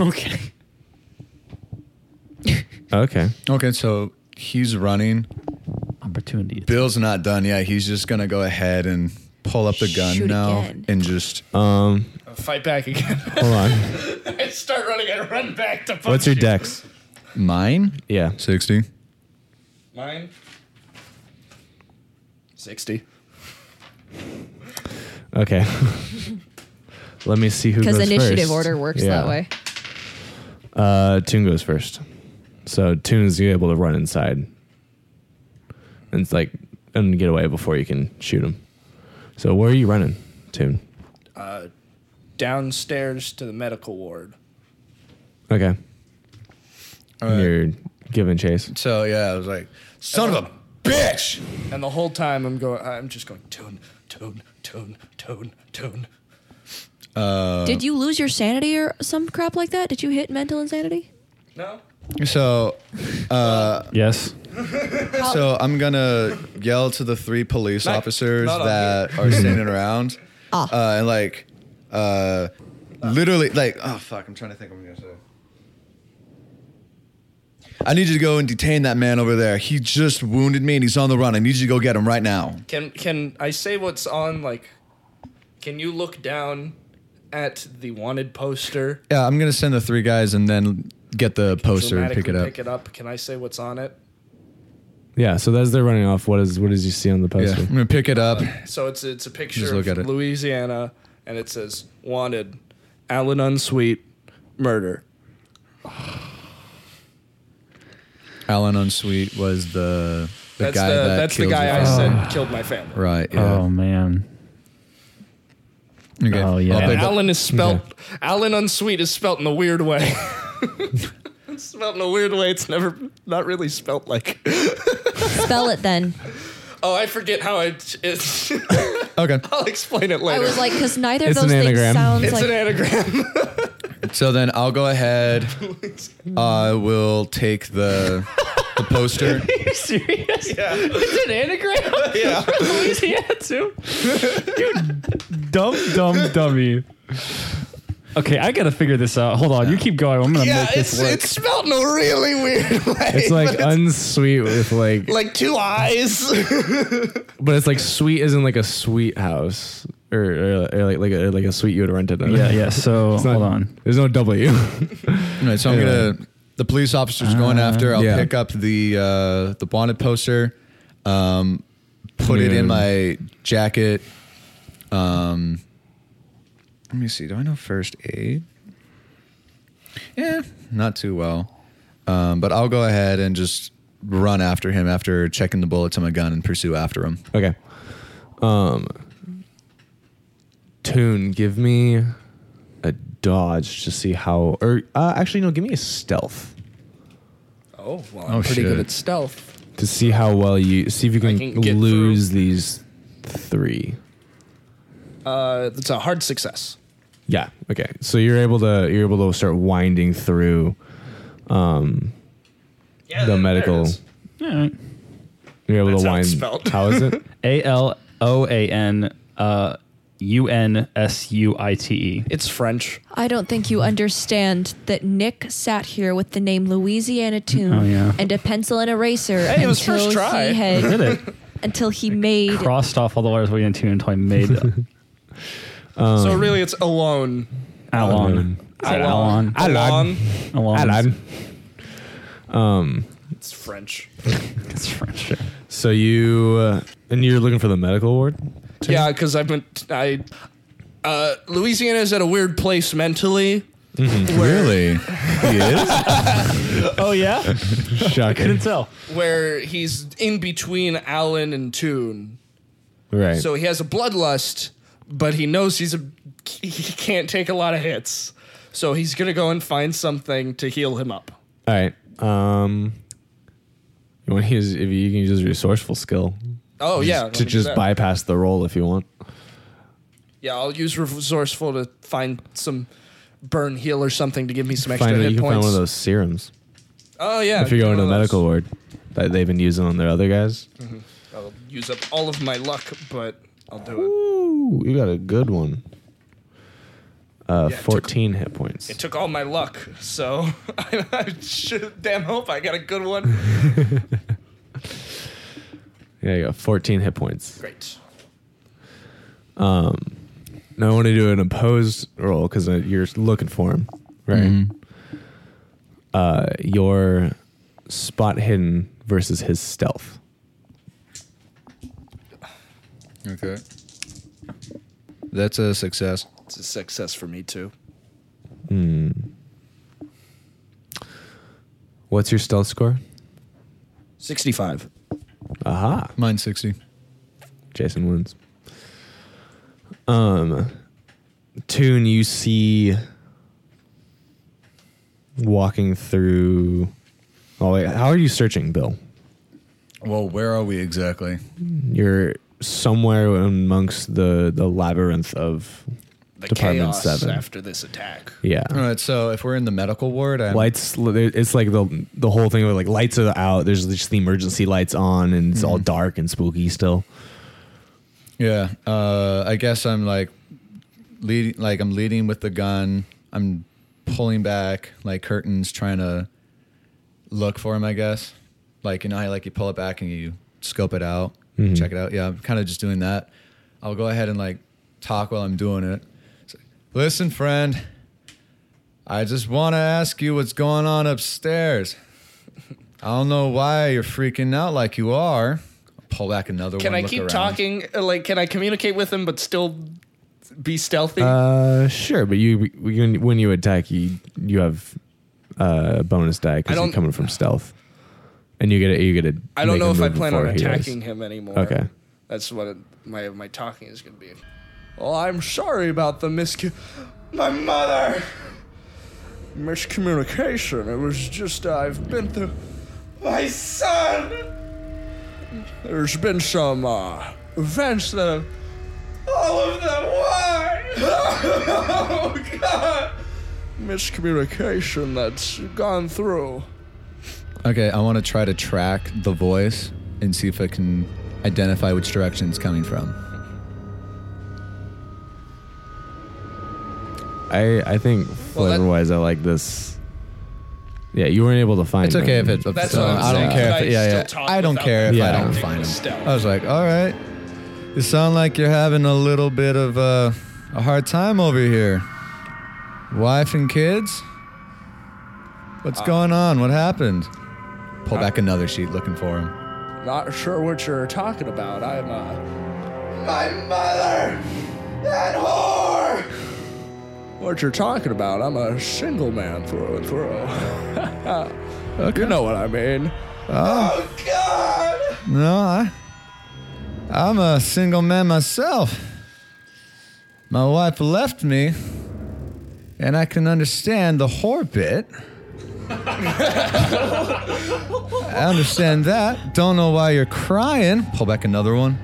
Speaker 2: Okay.
Speaker 1: Okay.
Speaker 3: Okay. So he's running.
Speaker 2: Opportunity.
Speaker 3: Bill's not done yet. He's just going to go ahead and pull up the gun
Speaker 4: Shoot
Speaker 3: now
Speaker 4: again.
Speaker 3: and just.
Speaker 5: I'll fight back again.
Speaker 1: Hold on.
Speaker 5: I start running and run back to punch
Speaker 1: What's your
Speaker 5: you.
Speaker 1: dex?
Speaker 3: mine?
Speaker 1: Yeah.
Speaker 3: 60.
Speaker 5: Mine. Sixty.
Speaker 1: Okay. Let me see who goes
Speaker 4: Because initiative
Speaker 1: first.
Speaker 4: order works
Speaker 1: Yeah.
Speaker 4: that way.
Speaker 1: Uh, Toon goes first. So Toon's able to run inside. And it's like and get away before you can shoot him. So where are you running, Toon?
Speaker 5: Downstairs to the medical ward.
Speaker 1: Okay. You're giving chase.
Speaker 3: So yeah, I was like, son of a bitch.
Speaker 5: And the whole time I'm going I'm just going tune, tune, tune, tune, tune. Uh,
Speaker 4: Did you lose your sanity or some crap like that? Did you hit mental insanity?
Speaker 5: No?
Speaker 3: So
Speaker 2: Yes.
Speaker 3: So I'm gonna yell to the three police
Speaker 5: Not-
Speaker 3: officers
Speaker 5: not on
Speaker 3: that are standing around, uh, and like, uh, literally, like, oh fuck, I'm trying to think. What I'm gonna say. I need you to go and detain that man over there. He just wounded me and he's on the run. I need you to go get him right now.
Speaker 5: Can can I say what's on like can you look down at the wanted poster?
Speaker 3: Yeah, I'm gonna send the three guys and then get the poster and pick
Speaker 5: Dramatically
Speaker 3: it up.
Speaker 5: Pick it up. Can I say what's on it?
Speaker 1: Yeah, so as they're running off, what is what does you see on the
Speaker 3: Yeah,
Speaker 1: poster?
Speaker 3: I'm gonna pick it up.
Speaker 5: So it's it's a
Speaker 3: Just
Speaker 5: picture
Speaker 3: look at
Speaker 5: of
Speaker 3: it.
Speaker 5: Louisiana, and it says wanted, Alan Unsweet, murder.
Speaker 3: Alan Unsweet was the the
Speaker 5: that's
Speaker 3: guy
Speaker 5: the
Speaker 3: that
Speaker 5: that's the
Speaker 3: killed
Speaker 5: guy
Speaker 3: your
Speaker 5: I
Speaker 3: father.
Speaker 5: said killed my family.
Speaker 3: Right. Yeah.
Speaker 2: Oh man.
Speaker 3: okay.
Speaker 2: oh, yeah.
Speaker 3: I'll pick up-
Speaker 5: Alan is spelt Alan Unsweet is spelt in a weird way. it's spelt in a weird way. It's never not really spelt like.
Speaker 4: Spell it then.
Speaker 5: Oh, I forget how I. It's,
Speaker 3: Okay.
Speaker 5: I'll explain it
Speaker 4: I
Speaker 5: later.
Speaker 4: was like, because neither
Speaker 1: It's
Speaker 4: of those
Speaker 1: an
Speaker 4: things
Speaker 1: anagram.
Speaker 4: sounds
Speaker 5: it's
Speaker 4: like
Speaker 5: an anagram.
Speaker 3: So then I'll go ahead. I will take the the poster.
Speaker 2: you serious? Yeah. It's an anagram? Yeah. Louisiana, too. You dumb, dumb, dummy. Okay, I gotta figure this out. Hold on, you keep going. I'm gonna
Speaker 5: Yeah,
Speaker 2: make
Speaker 5: it's
Speaker 2: this work.
Speaker 5: it's spelled in a really weird way.
Speaker 1: It's like
Speaker 5: but it's
Speaker 1: unsweet with like,
Speaker 5: like two eyes.
Speaker 1: but it's like sweet isn't like a sweet house or, or, or like like a, like a suite you would rent at. a-
Speaker 2: yeah, yeah. So
Speaker 1: It's not-
Speaker 2: hold on.
Speaker 1: There's no W.
Speaker 3: All right, so I'm
Speaker 1: Anyway.
Speaker 3: gonna. The police officer's going after. I'll
Speaker 1: yeah.
Speaker 3: pick up the uh, the wanted poster, um, put it
Speaker 1: Dude.
Speaker 3: in my jacket. Um, let me see. Do I know first aid? Yeah, not too well. Um, but I'll go ahead and just run after him after checking the bullets on my gun and pursue after him.
Speaker 1: okay. Um. Tune, give me a dodge to see how, or uh, actually no, give me a stealth
Speaker 5: Oh, well,
Speaker 3: Oh, shit.
Speaker 5: stealth.
Speaker 1: to see how well you see if you can,
Speaker 5: can get
Speaker 1: lose these three.
Speaker 5: Uh, it's a hard success.
Speaker 1: Yeah. Okay. So you're able to you're able to start winding through um,
Speaker 8: Yeah,
Speaker 1: the medical. You're able
Speaker 5: That's
Speaker 1: to
Speaker 5: how
Speaker 1: wind.
Speaker 5: it's spelled.
Speaker 1: How is it?
Speaker 2: A L O A N uh, U N S U I T E.
Speaker 5: It's French.
Speaker 4: I don't think you understand that Nick sat here with the name Louisiana Tune
Speaker 2: Oh, yeah.
Speaker 4: and a pencil and eraser
Speaker 5: Hey, it was
Speaker 4: until
Speaker 5: first try.
Speaker 4: he had
Speaker 2: Did it?
Speaker 4: until he made
Speaker 2: Crossed off all the letters we didn't tune until I made it.
Speaker 5: so really, it's alone.
Speaker 2: Alon. Is that Alon?
Speaker 1: I lied.
Speaker 5: Alon.
Speaker 2: Alon.
Speaker 1: Alan.
Speaker 5: It's French.
Speaker 2: It's French. Sure.
Speaker 1: So you uh, and you're looking for the medical ward.
Speaker 5: Yeah, because I've been I. Uh, Louisiana is at a weird place mentally.
Speaker 3: Really? he is.
Speaker 2: Oh yeah.
Speaker 1: Shocking.
Speaker 2: Couldn't tell.
Speaker 5: where he's in between Alan and Toon.
Speaker 1: right.
Speaker 5: So he has a bloodlust, but he knows he's a he can't take a lot of hits. So he's gonna go and find something to heal him up.
Speaker 1: All right. Um. You want to use if you can use resourceful skill
Speaker 5: Oh yeah, let
Speaker 1: to
Speaker 5: me do
Speaker 1: just
Speaker 5: that.
Speaker 1: bypass the roll if you want.
Speaker 5: Yeah, I'll use resourceful to find some burn heal or something to give me some extra
Speaker 1: Find
Speaker 5: hit
Speaker 1: you can
Speaker 5: points.
Speaker 1: find one of those serums
Speaker 5: Oh yeah,
Speaker 1: if you're
Speaker 5: get
Speaker 1: going to
Speaker 5: one
Speaker 1: the
Speaker 5: of
Speaker 1: medical
Speaker 5: those.
Speaker 1: ward that they've been using on their other guys.
Speaker 5: I'll use up all of my luck, but I'll do
Speaker 1: Ooh, you got a good one. Uh,
Speaker 5: Yeah, it took-
Speaker 1: 14 hit points.
Speaker 5: it. It took all my luck, so I, should damn hope I got a good one.
Speaker 1: yeah, you got 14 hit points.
Speaker 5: Great.
Speaker 1: Now I want to do an opposed roll because you're looking for him, right?
Speaker 3: Mm-hmm.
Speaker 1: Uh, your spot hidden versus his stealth.
Speaker 3: okay. That's a success.
Speaker 5: It's a success for me too.
Speaker 1: What's your stealth score?
Speaker 5: 65.
Speaker 1: Aha.
Speaker 3: Mine sixty.
Speaker 1: Jason wins. Um, Tune, you see walking through. Oh, wait. How are you searching, Bill?
Speaker 3: Well, where are we exactly?
Speaker 1: You're somewhere amongst the, the labyrinth of
Speaker 5: The
Speaker 1: Department
Speaker 5: chaos
Speaker 1: seven.
Speaker 5: after this attack.
Speaker 1: yeah.
Speaker 3: All right, so if we're in the medical ward, I'm,
Speaker 1: Lights. It's like the the whole thing of like lights are out. There's just the emergency lights on, and it's
Speaker 3: Mm-hmm.
Speaker 1: all dark and spooky still.
Speaker 3: yeah, uh, I guess I'm like leading, like I'm leading with the gun. I'm pulling back like curtains, trying to look for him. I guess, like you know how like you pull it back and you scope it out, check it out. Yeah, I'm kind of just doing that. I'll go ahead and like talk while I'm doing it. So, Listen, friend, I just want to ask you what's going on upstairs. I don't know why you're freaking out like you are. Pull back another
Speaker 5: Can
Speaker 3: one.
Speaker 5: I
Speaker 3: look
Speaker 5: keep
Speaker 3: around.
Speaker 5: talking? uh, Like, can I communicate with him but still be stealthy?
Speaker 1: Uh, sure, but you, you when you attack, you you have uh, a bonus die
Speaker 5: I
Speaker 1: because you're
Speaker 5: don't-
Speaker 1: coming from stealth, and you get a, you get a.
Speaker 5: I don't
Speaker 1: make
Speaker 5: know
Speaker 1: a
Speaker 5: if I
Speaker 1: move
Speaker 5: plan on
Speaker 1: before he is.
Speaker 5: attacking him anymore.
Speaker 1: Okay.
Speaker 5: That's what it, my my talking is going to be. Well, I'm sorry about the miscu. My mother! Miscommunication. It was just, uh, I've been through. My son! There's been some uh, events that have. All of them, why? oh, God! Miscommunication that's gone through.
Speaker 3: Okay, I want to try to track the voice and see if I can identify which direction it's coming from.
Speaker 1: I I think
Speaker 3: Well, that-
Speaker 1: flavor wise, I like this. Yeah, you weren't able to find.
Speaker 3: It's okay if
Speaker 1: them.
Speaker 3: it. If
Speaker 5: That's
Speaker 3: it's
Speaker 5: what
Speaker 3: on.
Speaker 5: I'm
Speaker 3: I don't
Speaker 5: saying.
Speaker 3: care. If
Speaker 5: Could I
Speaker 3: it, yeah,
Speaker 5: still
Speaker 3: yeah.
Speaker 5: talk
Speaker 3: I don't
Speaker 5: without
Speaker 3: care if
Speaker 1: Yeah.
Speaker 3: I don't
Speaker 1: Nick
Speaker 3: find
Speaker 5: was
Speaker 3: him.
Speaker 5: stealth.
Speaker 3: I was like, all right. You sound like you're having a little bit of uh, a hard time over here. Wife and kids. What's
Speaker 5: Uh,
Speaker 3: going on? What happened? Pull back another sheet, looking for him.
Speaker 5: Not sure what you're talking about. I'm uh
Speaker 7: My mother! That whore!
Speaker 5: what you're talking about. I'm a single man through and through. You know what I mean.
Speaker 7: Oh god!
Speaker 3: No, I, I'm a single man myself. My wife left me, and I can understand the whore bit. I understand that. Don't know why you're crying. Pull back another one.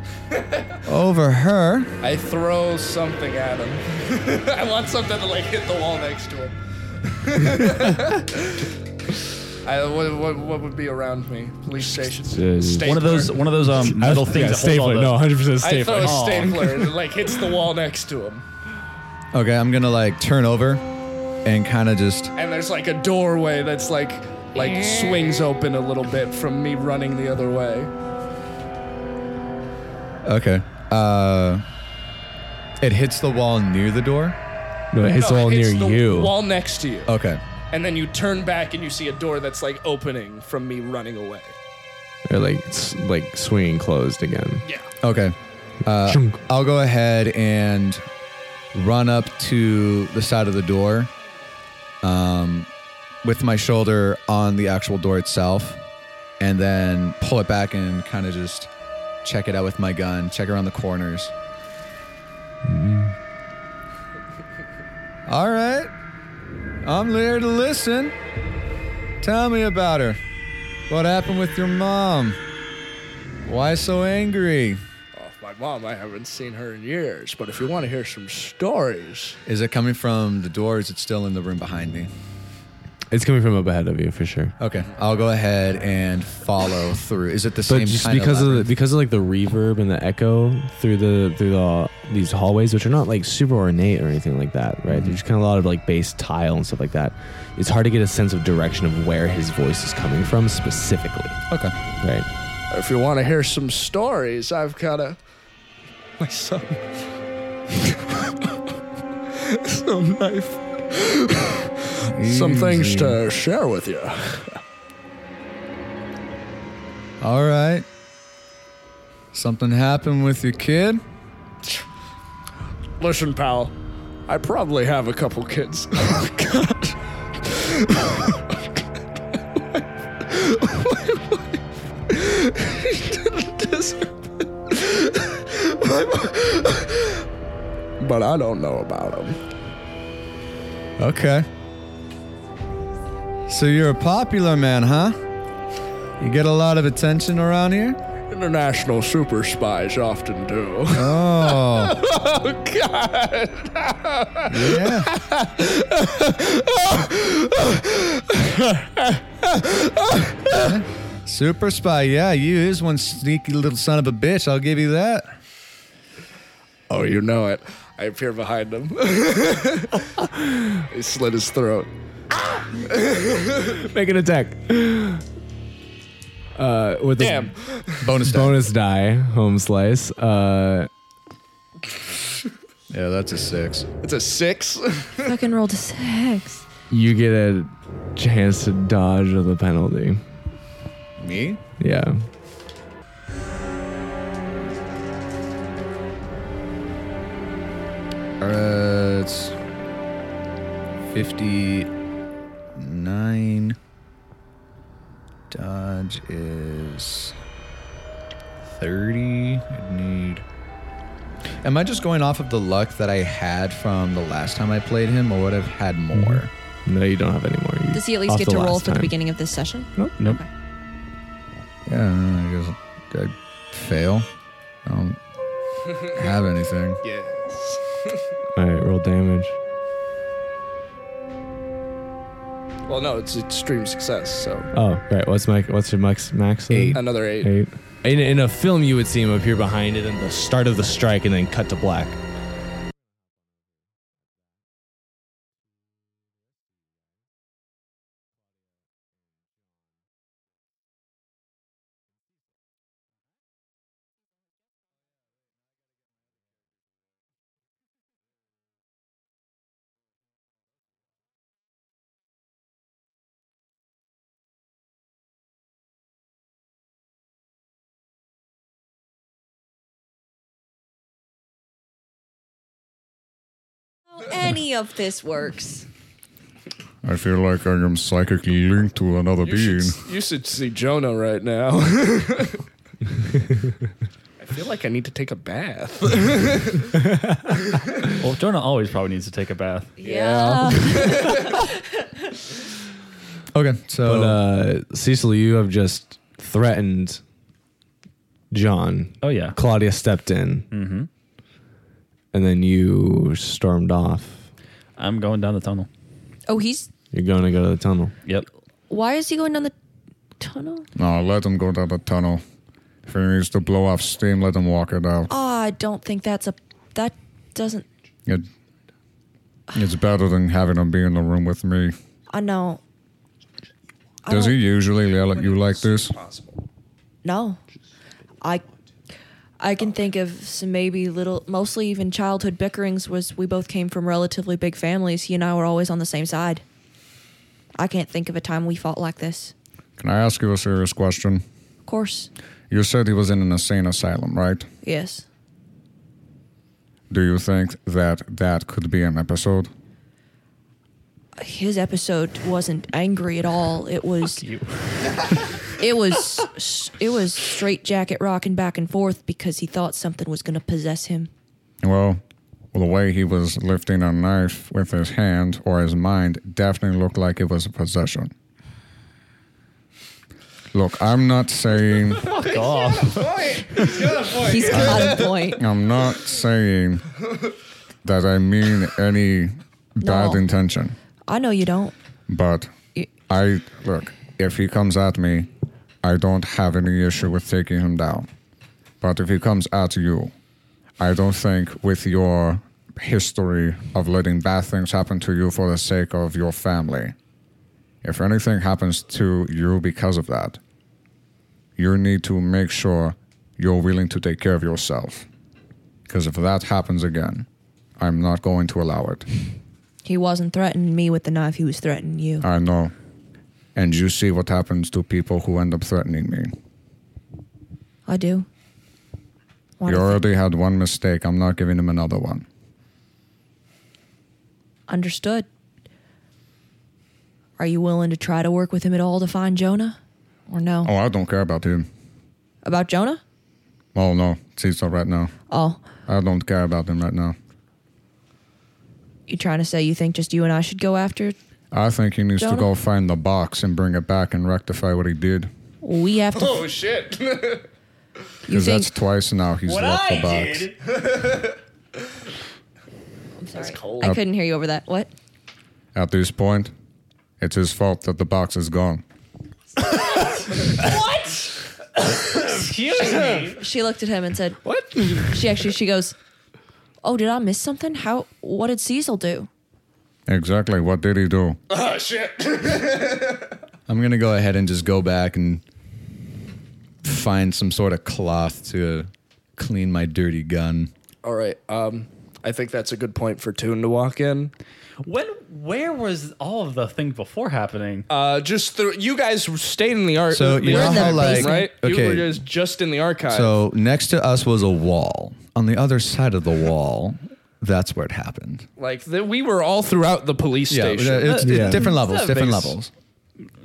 Speaker 3: Over her.
Speaker 5: I throw something at him. I want something to like hit the wall next to him. I, what, what, what would be around me? Police station.
Speaker 1: Uh,
Speaker 2: One of those, one of those um, metal
Speaker 1: Yeah,
Speaker 2: things that
Speaker 1: stapler.
Speaker 2: hold
Speaker 1: No,
Speaker 2: all
Speaker 1: hundred percent
Speaker 5: I
Speaker 1: stapler.
Speaker 5: throw a
Speaker 2: Oh.
Speaker 5: stapler and it, like hits the wall next to him.
Speaker 3: Okay, I'm gonna like turn over and kind of just.
Speaker 5: And there's like a doorway that's like like swings open a little bit from me running the other way.
Speaker 3: Okay. Uh, it hits the wall near the door.
Speaker 1: No, it's
Speaker 5: No,
Speaker 1: all
Speaker 5: it
Speaker 1: near
Speaker 5: hits the
Speaker 1: you.
Speaker 5: Wall next to you.
Speaker 3: Okay.
Speaker 5: And then you turn back and you see a door that's like opening from me running away.
Speaker 1: They're like s- like swinging closed again.
Speaker 5: Yeah.
Speaker 3: Okay. Uh,
Speaker 1: Chunk.
Speaker 3: I'll go ahead and run up to the side of the door um, with my shoulder on the actual door itself and then pull it back and kind of just check it out with my gun, check around the corners. All right. I'm there to listen. Tell me about her. What happened with your mom? Why so angry?
Speaker 5: Oh, my mom, I haven't seen her in years. But if you want to hear some stories,
Speaker 3: Is it coming from the door? Or is it still in the room behind me?
Speaker 1: It's coming from up ahead of you for sure.
Speaker 3: Okay, I'll go ahead and follow through. Is it the
Speaker 1: But
Speaker 3: same?
Speaker 1: just
Speaker 3: kind
Speaker 1: because of the,
Speaker 3: labyrinth?
Speaker 1: because of like the reverb and the echo through the through the these hallways, which are not like super ornate or anything like that, right?
Speaker 3: Mm-hmm.
Speaker 1: There's kind of a lot of like bass tile and stuff like that. It's hard to get a sense of direction of where his voice is coming from specifically,
Speaker 3: okay,
Speaker 1: right?
Speaker 5: if you want to hear some stories, I've got a my son. some knife. some things to share with you.
Speaker 3: all right. Something happened with your kid.
Speaker 5: Listen, pal, I probably have a couple kids. Oh, God. But I don't know about them.
Speaker 3: Okay. So you're a popular man, huh? You get a lot of attention around here.
Speaker 5: International super spies often do.
Speaker 3: Oh,
Speaker 5: Oh, God.
Speaker 3: yeah. Super spy, yeah, you is one sneaky little son of a bitch. I'll give you that.
Speaker 5: Oh, you know it. I appear behind him. he slit his throat.
Speaker 1: Make an attack. Uh, with a
Speaker 5: Damn.
Speaker 3: Bonus. die.
Speaker 1: bonus die, home slice. Uh,
Speaker 3: Yeah, that's a six.
Speaker 5: It's a six.
Speaker 4: Fucking rolled a six.
Speaker 1: you get a chance to dodge of the penalty.
Speaker 3: Me?
Speaker 1: Yeah.
Speaker 3: Uh, it's fifty-nine. Dodge is thirty. I need. Am I just going off of the luck that I had from the last time I played him, or would I've had more?
Speaker 1: No, you don't have any more. You-
Speaker 4: Does he at least
Speaker 1: off
Speaker 4: get
Speaker 1: the
Speaker 4: to roll
Speaker 1: last
Speaker 4: for the
Speaker 1: time.
Speaker 4: beginning of this session?
Speaker 1: Nope. Nope.
Speaker 3: Yeah, I guess I fail. I don't have anything.
Speaker 5: yes.
Speaker 1: All right, roll damage.
Speaker 5: Well, no, it's extreme success, so
Speaker 1: Oh, right. What's my what's your max max?
Speaker 3: Eight.
Speaker 5: another eight.
Speaker 1: Eight. In, in a film, you would see him appear behind it at the start of the strike and then cut to black.
Speaker 4: Any of this works.
Speaker 3: I feel like I am psychically linked to another
Speaker 5: You should, s- you should see Jonah right now. I feel like I need to take a bath.
Speaker 2: Well, Jonah always probably needs to take a bath.
Speaker 5: Yeah.
Speaker 3: Okay, so
Speaker 1: But uh, Cecil, you have just threatened John.
Speaker 2: Oh yeah.
Speaker 1: Claudia stepped in, mm-hmm. and then you stormed off.
Speaker 2: I'm going down the tunnel.
Speaker 4: Oh, he's.
Speaker 1: You're going to go to the tunnel.
Speaker 2: Yep.
Speaker 4: Why is he going down the tunnel?
Speaker 3: no, let him go down the tunnel. If he needs to blow off steam, let him walk it out.
Speaker 4: Oh, I don't think that's a. That doesn't.
Speaker 3: It, it's better than having him be in the room with me.
Speaker 4: I know. I
Speaker 3: Does he
Speaker 4: don't-
Speaker 3: usually yell at you like this?
Speaker 4: No. I I can think of some maybe little mostly even childhood bickerings was we both came from relatively big families. He and I were always on the same side. I can't think of a time we fought like this.
Speaker 3: Can I ask you a serious question?
Speaker 4: Of course.
Speaker 3: You said he was in an insane asylum, right?
Speaker 4: Yes.
Speaker 3: Do you think that that could be an episode?
Speaker 4: His episode wasn't angry at all. It was it was s- it was straight jacket rocking back and forth because he thought something was going to possess him.
Speaker 3: Well, the way he was lifting a knife with his hand or his mind definitely looked like it was a possession. Look, I'm not saying,
Speaker 4: He's got a point.
Speaker 3: I'm not saying that I mean any bad
Speaker 4: No.
Speaker 3: intention,
Speaker 4: I know you don't.
Speaker 3: but
Speaker 4: Y-
Speaker 3: I look. If he comes at me, I don't have any issue with taking him down. But if he comes at you, I don't think with your history of letting bad things happen to you for the sake of your family, if anything happens to you because of that, you need to make sure you're willing to take care of yourself. Because if that happens again, I'm not going to allow it.
Speaker 4: He wasn't threatening me with the knife. He was threatening you.
Speaker 3: I know. And you see what happens to people who end up threatening me.
Speaker 4: I do. Wanna
Speaker 3: you
Speaker 4: th-
Speaker 3: already had one mistake. I'm not giving him another one.
Speaker 4: Understood. Are you willing to try to work with him at all to find Jonah? Or no?
Speaker 3: Oh, I don't care about him.
Speaker 4: About Jonah?
Speaker 3: Oh, no. Cecil right now.
Speaker 4: Oh,
Speaker 3: I don't care about him right now.
Speaker 4: you trying to say you think just you and I should go after?
Speaker 3: I think he needs
Speaker 4: Jonah?
Speaker 3: to go find the box and bring it back and rectify what he did.
Speaker 4: We have to.
Speaker 5: Oh shit!
Speaker 4: you
Speaker 3: Because
Speaker 4: think?
Speaker 3: that's twice now he's
Speaker 8: What
Speaker 3: left
Speaker 8: I
Speaker 3: the box.
Speaker 8: did.
Speaker 4: I'm sorry.
Speaker 5: cold.
Speaker 2: Uh,
Speaker 4: I couldn't hear you over that. What?
Speaker 3: At this point, it's his fault that the box is gone.
Speaker 8: Excuse me.
Speaker 4: She looked at him and said, "What?" She actually she goes, "Oh, did I miss something? How? What did Cecil do?"
Speaker 3: Exactly. What did he do?
Speaker 5: Oh shit!
Speaker 3: I'm going to go ahead and just go back and find some sort of cloth to clean my dirty gun.
Speaker 5: All right. Um, I think that's a good point for Toon to walk in.
Speaker 2: When? Where was all of the thing before happening?
Speaker 5: Uh, just through, you guys stayed in the art.
Speaker 3: So, you
Speaker 4: know how, like-
Speaker 5: right? You were
Speaker 3: okay.
Speaker 5: just, just in the archive.
Speaker 3: So next to us was a wall. On the other side of the wall, that's where it happened.
Speaker 5: like the, we were all throughout the police station.
Speaker 3: it's, it's
Speaker 1: Yeah.
Speaker 3: different levels.
Speaker 2: that
Speaker 3: Different
Speaker 2: makes-
Speaker 3: levels.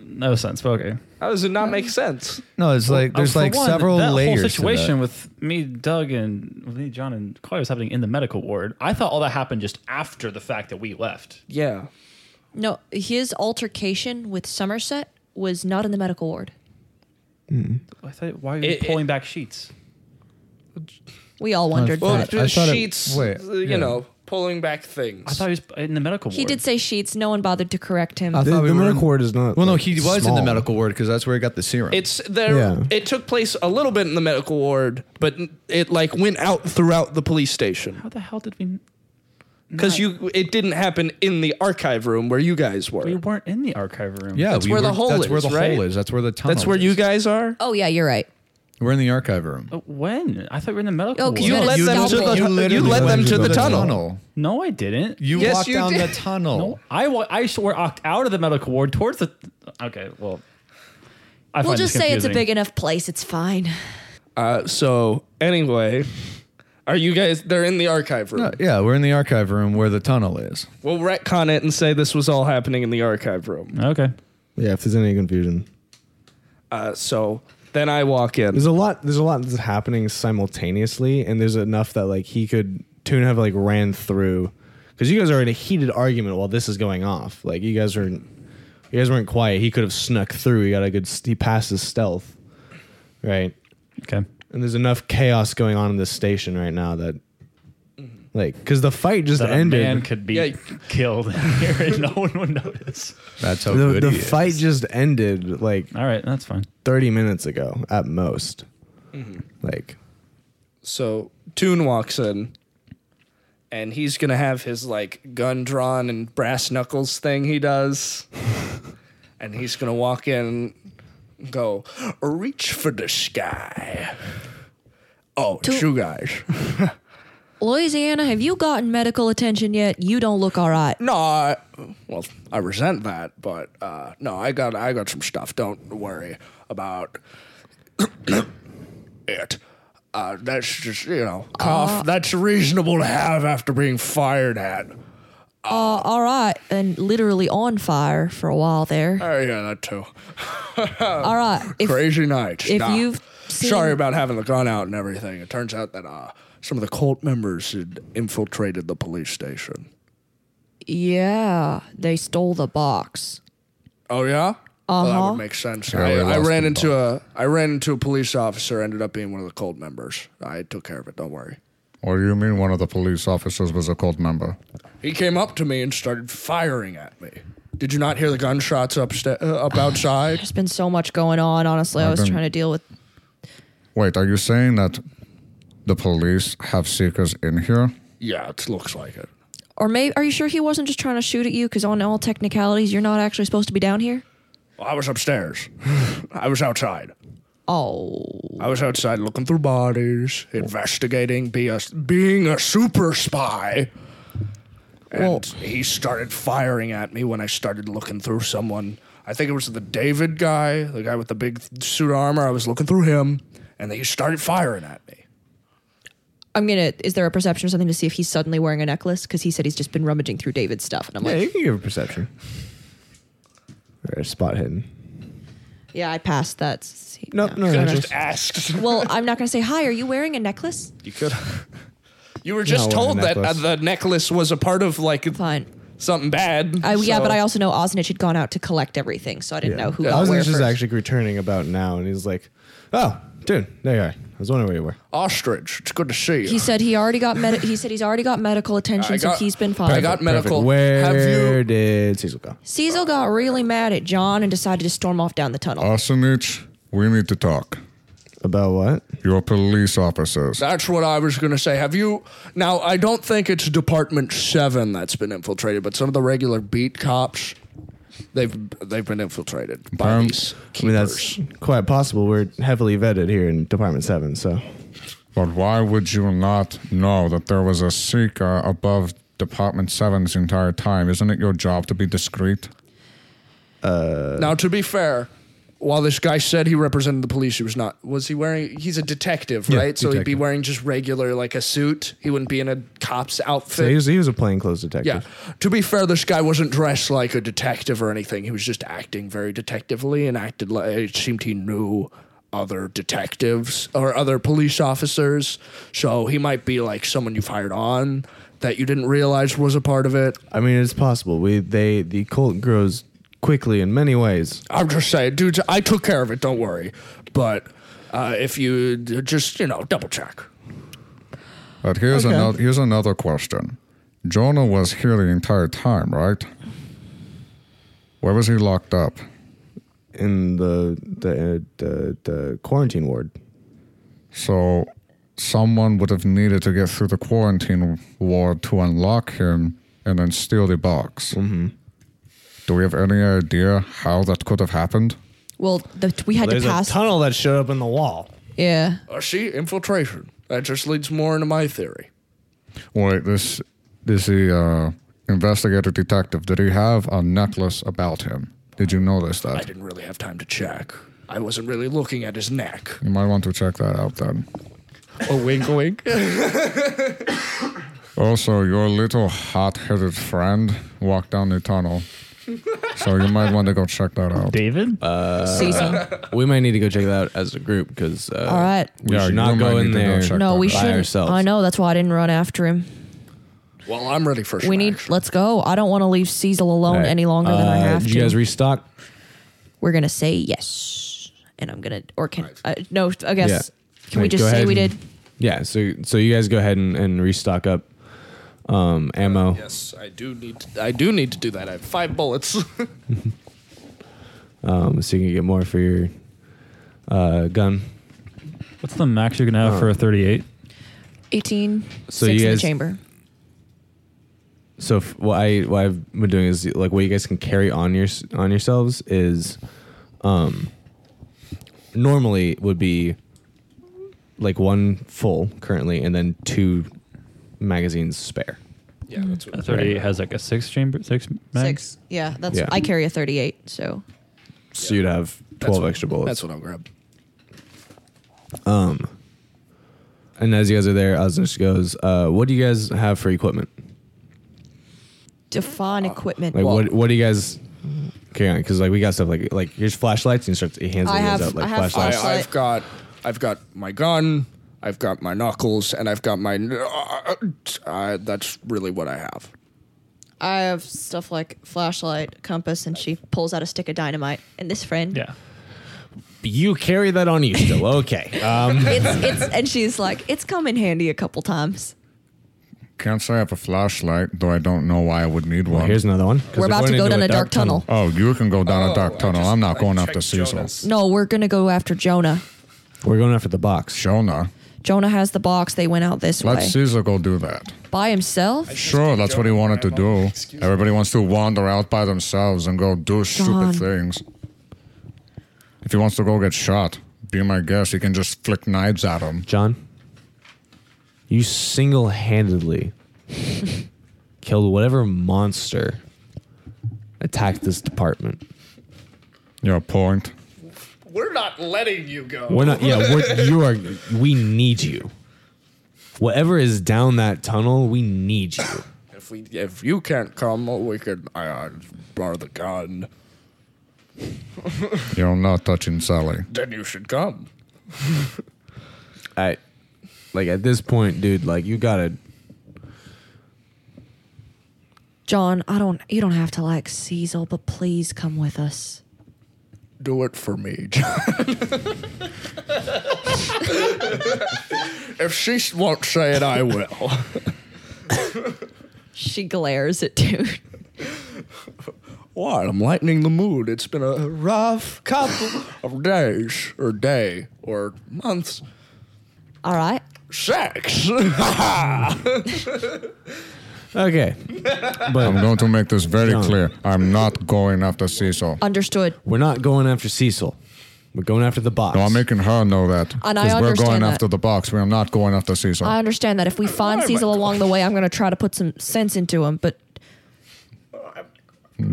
Speaker 2: no sense. But okay.
Speaker 5: How does it not make sense?
Speaker 3: No, it's like
Speaker 2: Uh,
Speaker 3: there's
Speaker 2: for
Speaker 3: like
Speaker 2: one,
Speaker 3: several
Speaker 2: that
Speaker 3: layers.
Speaker 2: whole
Speaker 3: to
Speaker 2: situation
Speaker 3: that.
Speaker 2: with me, Doug, and with me, John, and Claudia was happening in the medical ward. I thought all that happened just after the fact that we left.
Speaker 5: Yeah.
Speaker 4: No, his altercation with Somerset was not in the medical ward.
Speaker 2: I thought, why are you
Speaker 5: It-
Speaker 2: pulling back sheets?
Speaker 4: We all wondered
Speaker 5: Well,
Speaker 4: that.
Speaker 5: the
Speaker 3: I thought it-
Speaker 5: sheets.
Speaker 3: wait,
Speaker 5: uh, you
Speaker 3: yeah.
Speaker 5: know, pulling back things.
Speaker 2: I thought he was in the medical ward.
Speaker 4: He did say sheets. No one bothered to correct him.
Speaker 1: the,
Speaker 3: thought we
Speaker 1: the
Speaker 3: were
Speaker 1: medical
Speaker 3: in-
Speaker 1: ward is not.
Speaker 3: Well, no,
Speaker 1: like,
Speaker 3: he was in the
Speaker 1: small.
Speaker 3: medical ward because that's where he got the serum.
Speaker 5: It's there.
Speaker 1: Yeah.
Speaker 5: It took place a little bit in the medical ward, but it like went out throughout the police station
Speaker 2: How the hell did we?
Speaker 5: because you. It didn't happen in the archive room where you guys were.
Speaker 2: We weren't in the archive room.
Speaker 3: yeah,
Speaker 5: that's
Speaker 3: we
Speaker 5: where the
Speaker 3: were-
Speaker 5: hole
Speaker 3: that's where
Speaker 5: is,
Speaker 3: the
Speaker 5: right?
Speaker 3: hole is. That's where the tunnel.
Speaker 5: That's where you
Speaker 3: is.
Speaker 5: guys are.
Speaker 4: oh yeah, you're right.
Speaker 3: We're in the archive room.
Speaker 2: Uh, when? I thought we were in the medical
Speaker 4: Oh,
Speaker 2: ward.
Speaker 4: 'cause you had a
Speaker 5: let them
Speaker 4: scalpel.
Speaker 5: to the-
Speaker 4: You
Speaker 5: you
Speaker 1: literally
Speaker 5: led them
Speaker 1: went
Speaker 5: to the tunnel.
Speaker 2: no, I didn't.
Speaker 3: You
Speaker 5: Yes,
Speaker 3: walked
Speaker 5: you
Speaker 3: down
Speaker 5: did.
Speaker 3: the tunnel.
Speaker 2: No, I wa- I swear walked out of the medical ward towards the. Okay, well. I
Speaker 4: We'll
Speaker 2: find
Speaker 4: just
Speaker 2: this
Speaker 4: say it's a
Speaker 2: confusing.
Speaker 4: big enough place. It's fine.
Speaker 5: Uh, so anyway, are you guys? They're in the archive room.
Speaker 3: No, yeah, we're in the archive room where the tunnel is.
Speaker 5: We'll retcon it and say this was all happening in the archive room.
Speaker 2: Okay.
Speaker 1: Yeah, if there's any confusion,
Speaker 5: Uh, so then I walk in.
Speaker 1: there's a lot. There's a lot that's happening simultaneously, and there's enough that like he could Toon have like ran through because you guys are in a heated argument while this is going off. Like you guys are, you guys weren't quiet. He could have snuck through. He got a good. He passed his stealth, right?
Speaker 2: Okay.
Speaker 1: and there's enough chaos going on in this station right now that like because the fight just
Speaker 2: That a
Speaker 1: ended
Speaker 2: man could be
Speaker 5: Yeah.
Speaker 2: killed here and no one would notice.
Speaker 3: That's how
Speaker 1: the,
Speaker 3: good
Speaker 1: the
Speaker 3: he is.
Speaker 1: fight just ended like
Speaker 2: All right, that's fine.
Speaker 1: 30 minutes ago at most like
Speaker 5: So Toon walks in, and he's gonna have his like gun drawn and brass knuckles thing he does, and he's gonna walk in, and go reach for the sky. Oh, it's you guys.
Speaker 4: Louisiana, have you gotten medical attention yet? You don't look all right.
Speaker 5: No, I, well, I resent that, but uh, no, I got I got some stuff. Don't worry about it. Uh, that's just you know, cough. that's reasonable to have after being fired at.
Speaker 4: Uh, all right, and literally on fire for a while there.
Speaker 5: Oh yeah, that too.
Speaker 4: All right, if
Speaker 5: Crazy night.
Speaker 4: if
Speaker 5: Nah.
Speaker 4: you've seen-
Speaker 5: sorry about having the gun out and everything. It turns out that uh, some of the cult members had infiltrated the police station.
Speaker 4: yeah, they stole the box.
Speaker 5: Oh yeah. Well, that
Speaker 4: Uh-huh.
Speaker 5: would make sense.
Speaker 3: Yeah,
Speaker 5: I,
Speaker 3: we
Speaker 5: I
Speaker 3: lost
Speaker 5: ran
Speaker 3: them
Speaker 5: into a I ran into a police officer. Ended up being one of the cult members. I took care of it. Don't worry.
Speaker 3: Or Oh, you mean one of the police officers was a cult member?
Speaker 5: He came up to me and started firing at me. Did you not hear the gunshots upsta- uh, up outside?
Speaker 4: There's been so much going on. Honestly, I
Speaker 3: I've
Speaker 4: was
Speaker 3: been-
Speaker 4: trying to deal with.
Speaker 3: Wait, are you saying that the police have seekers in here?
Speaker 5: yeah, it looks like it.
Speaker 4: Or maybe are you sure he wasn't just trying to shoot at you? Because on all technicalities, you're not actually supposed to be down here.
Speaker 5: Well, I was upstairs. I was outside.
Speaker 4: Oh,
Speaker 5: I was outside looking through bodies, investigating, be a, being a super spy. And he started firing at me when I started looking through someone. I think it was the David guy, the guy with the big suit of armor. I was looking through him, and he started firing at me.
Speaker 4: I'm gonna. Is there a perception or something to see if he's suddenly wearing a necklace? Because he said he's just been rummaging through David's stuff, and I'm
Speaker 1: yeah
Speaker 4: like,
Speaker 1: you can give a perception or a spot hidden
Speaker 4: yeah, I passed that. See,
Speaker 1: nope no,
Speaker 5: I
Speaker 1: interest.
Speaker 5: just asked.
Speaker 4: Well, I'm not gonna say hi. Are you wearing a necklace?
Speaker 5: You could. You were
Speaker 1: No,
Speaker 5: just
Speaker 1: I
Speaker 5: told
Speaker 1: want a
Speaker 5: that uh,
Speaker 1: necklace.
Speaker 5: the necklace was a part of like
Speaker 4: Fine.
Speaker 5: something bad.
Speaker 4: I, Uh, Yeah,
Speaker 5: so-
Speaker 4: but I also know Osnich had gone out to collect everything, so I didn't know who
Speaker 1: I
Speaker 4: got
Speaker 1: was
Speaker 4: where
Speaker 1: just
Speaker 4: first.
Speaker 1: actually returning about now and he's like oh dude there you are I was wondering where you were
Speaker 5: ostrich. It's good to see you.
Speaker 4: He said he already got med- he said he's already got medical attention,
Speaker 5: I
Speaker 4: so
Speaker 5: got-
Speaker 4: he's been
Speaker 5: I
Speaker 4: fine.
Speaker 5: got medical.
Speaker 1: Perfect. where
Speaker 5: Have you?
Speaker 1: did Cecil go
Speaker 4: Cecil got really mad at John and decided to storm off down the tunnel.
Speaker 1: Oh.
Speaker 3: Arsenich, we need to talk.
Speaker 1: about what
Speaker 3: You're police officers.
Speaker 5: That's what I was gonna say. Have you? Now I don't think it's Department Seven that's been infiltrated, but some of the regular beat cops, they've they've been infiltrated by
Speaker 3: Um,
Speaker 5: these keepers.
Speaker 1: I mean that's quite possible we're heavily vetted here in Department 7 so
Speaker 3: But why would you not know that there was a seeker above Department 7's entire time? Isn't it your job to be discreet?
Speaker 1: uh,
Speaker 5: now, to be fair. While this guy said he represented the police, he was not. Was he wearing? He's a detective, right? So he'd be
Speaker 1: detective.
Speaker 5: wearing just regular, like a suit. He wouldn't be in a cop's outfit.
Speaker 1: So he was, he was a plainclothes
Speaker 5: Yeah.
Speaker 1: detective.
Speaker 5: To be fair, this guy wasn't dressed like a detective or anything. He was just acting very detectively and acted like it seemed he knew other detectives or other police officers. So he might be like someone you've hired on that you didn't realize was a part of it.
Speaker 1: I mean, it's possible. We they the cult grows quickly in many ways.
Speaker 5: I'm just saying, dude, I took care of it. Don't worry. But uh, if you d- just, you know, double check.
Speaker 3: But here's another here's another question. Jonah was here the entire time, right? Where was he locked up?
Speaker 1: in the the the, the quarantine ward.
Speaker 3: So someone would have needed to get through the quarantine ward to unlock him and then steal the box. Mm-hmm. Do we have any idea how that could have happened?
Speaker 4: Well, the, we had
Speaker 1: There's
Speaker 4: to
Speaker 1: a
Speaker 4: pass.
Speaker 1: tunnel that showed up in the wall.
Speaker 4: yeah.
Speaker 5: Uh, see, infiltration. That just leads more into my theory.
Speaker 3: Wait, this this the uh, investigator detective. Did he have a necklace about him? Did you notice
Speaker 5: I
Speaker 3: that?
Speaker 5: didn't really have time to check. I wasn't really looking at his neck.
Speaker 3: You might want to check that out then.
Speaker 5: A Oh, wink, wink.
Speaker 3: Also, your little hot-headed friend walked down the tunnel, so you might want to go check that out.
Speaker 2: David?
Speaker 1: Uh,
Speaker 4: season.
Speaker 1: We might need to go check that out as a group because uh,
Speaker 4: All right.
Speaker 1: we
Speaker 3: Yeah,
Speaker 1: should
Speaker 3: you
Speaker 1: not
Speaker 3: might
Speaker 1: go in
Speaker 3: need to go
Speaker 1: there.
Speaker 3: check
Speaker 4: No, we
Speaker 1: by
Speaker 4: shouldn't.
Speaker 1: ourselves.
Speaker 4: I know. That's why I didn't run after him.
Speaker 5: Well, I'm ready for.
Speaker 4: We
Speaker 5: some
Speaker 4: need.
Speaker 5: action.
Speaker 4: Let's go. I don't want to leave Cecil alone
Speaker 1: All right.
Speaker 4: any longer than I
Speaker 1: Uh,
Speaker 4: have
Speaker 1: Did
Speaker 4: to.
Speaker 1: you guys restock?
Speaker 4: We're gonna say yes, and I'm gonna or can uh, no. I guess
Speaker 1: Yeah.
Speaker 4: can we
Speaker 1: Wait,
Speaker 4: just
Speaker 1: go
Speaker 4: say
Speaker 1: ahead
Speaker 4: we
Speaker 1: and-
Speaker 4: did?
Speaker 1: Yeah. So so you guys go ahead and, and restock up um, ammo.
Speaker 5: Yes, I do need. To, I do need to do that. I have five bullets.
Speaker 1: um, so you can get more for your uh, gun.
Speaker 2: What's the max you're going to have for a 38?
Speaker 4: 18.
Speaker 1: So
Speaker 4: six
Speaker 1: you
Speaker 4: in the
Speaker 1: guys-
Speaker 4: chamber.
Speaker 1: So f- what I what I've been doing is like what you guys can carry on your on yourselves is, um, normally would be like one full currently and then two magazines spare.
Speaker 5: yeah, that's what.
Speaker 2: A 38 has like a six chamber, six mag?
Speaker 4: Six. Yeah, that's.
Speaker 1: Yeah.
Speaker 4: I carry a 38. So
Speaker 1: So you'd have twelve extra bullets.
Speaker 5: That's what I'll grab.
Speaker 1: Um, and as you guys are there, Osnish goes, uh, "What do you guys have for equipment?
Speaker 4: define equipment.
Speaker 1: Like, what what do you guys carry on? Because like we got stuff like like here's flashlights and he starts he hands
Speaker 4: I
Speaker 1: those
Speaker 4: have-
Speaker 1: out like
Speaker 4: I have
Speaker 5: I,
Speaker 1: flashlights.
Speaker 4: flashlights.
Speaker 5: I've got. I've got my gun. I've got my knuckles, and I've got my. Uh, that's really what I have.
Speaker 4: I have stuff like flashlight, compass, and she pulls out a stick of dynamite. And this friend,
Speaker 2: Yeah.
Speaker 1: You carry that on you still, okay? Um,
Speaker 4: it's it's and she's like, it's come in handy a couple times.
Speaker 3: Can't say I have a flashlight, though I don't know why I would need one.
Speaker 1: here's another one. 'Cause
Speaker 4: We're about
Speaker 1: going
Speaker 4: to go
Speaker 1: into
Speaker 4: down a dark tunnel.
Speaker 3: oh, you can go down a
Speaker 5: Oh,
Speaker 3: dark
Speaker 5: I
Speaker 3: tunnel.
Speaker 5: just-
Speaker 3: I'm not
Speaker 5: I
Speaker 3: going
Speaker 5: checked
Speaker 3: after Cecil.
Speaker 5: Jonas.
Speaker 4: No, we're gonna go after Jonah.
Speaker 1: We're going after the box.
Speaker 3: Jonah,
Speaker 4: Jonah has the box. They went out this
Speaker 3: let
Speaker 4: way
Speaker 3: Cecil go do that.
Speaker 4: by himself.
Speaker 3: Sure, that's what he wanted to do. Everybody wants to wander out by themselves and go do
Speaker 4: John.
Speaker 3: stupid things. If he wants to go get shot, be my guest. He can just flick knives at him.
Speaker 1: John, you single-handedly killed whatever monster attacked this department.
Speaker 3: Your point.
Speaker 5: We're not letting you go.
Speaker 1: We're not. Yeah, we're, you are. We need you. Whatever is down that tunnel, we need you.
Speaker 5: If we, if you can't come, we can. I uh, borrow the gun.
Speaker 3: You're not touching Sally.
Speaker 5: Then you should come.
Speaker 1: I, like at this point, dude. Like you gotta.
Speaker 4: John, I don't. You don't have to like Cecil, but please come with us.
Speaker 5: Do it for me, John. if she won't say it, I will.
Speaker 4: She glares at dude.
Speaker 5: What? I'm lightening the mood. It's been a rough couple of days, or day, or months.
Speaker 4: All right.
Speaker 5: Sex.
Speaker 1: Okay,
Speaker 3: I'm
Speaker 1: but
Speaker 3: going to make this very
Speaker 1: John.
Speaker 3: clear. I'm not going after Cecil.
Speaker 4: Understood.
Speaker 1: we're not going after Cecil. We're going after the box.
Speaker 3: No, I'm making her know that.
Speaker 4: And I
Speaker 3: Because we're
Speaker 4: understand
Speaker 3: going
Speaker 4: that.
Speaker 3: after the box. We are not going after Cecil.
Speaker 4: I understand that if we find Cecil along the way, I'm gonna try to put some sense into him. But
Speaker 3: You're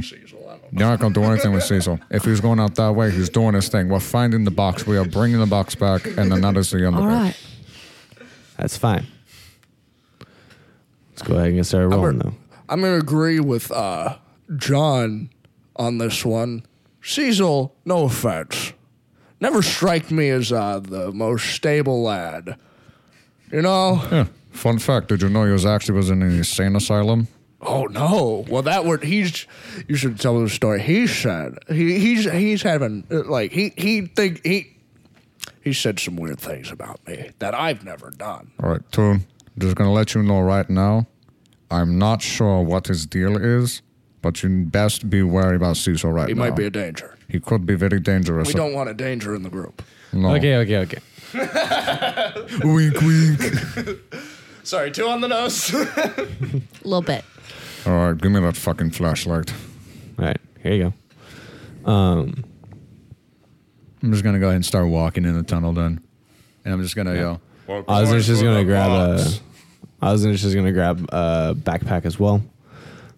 Speaker 3: not going to do anything with Cecil. If he's going out that way, he's doing his thing. We're finding the box. We are bringing the box back, and then that is the end
Speaker 4: all
Speaker 3: of it.
Speaker 4: right,
Speaker 1: That's fine. Let's go ahead and get started rolling though.
Speaker 5: I'm gonna agree with uh, John on this one. Cecil, no offense, never strike me as uh, the most stable lad. You know?
Speaker 3: Yeah. Fun fact: Did you know he was actually was in an insane asylum?
Speaker 5: Oh no! Well, that word he's. You should tell the story. He said he, he's he's having uh, like he he think he he said some weird things about me that I've never done.
Speaker 3: All right, Toon. Just gonna let you know right now. I'm not sure what his deal is, but you best be wary about Cecil right
Speaker 5: He
Speaker 3: now.
Speaker 5: might be a danger.
Speaker 3: He could be very dangerous.
Speaker 5: We don't want a danger in the group.
Speaker 3: No.
Speaker 1: Okay, okay, okay.
Speaker 3: wink, wink.
Speaker 5: Sorry, two on the nose.
Speaker 4: A little bit.
Speaker 3: All right, give me that fucking flashlight.
Speaker 1: All right, here you go. Um,
Speaker 3: I'm just gonna go ahead and start walking in the tunnel then, and I'm just gonna go.
Speaker 1: I was just gonna grab a. I was just gonna grab a backpack as well.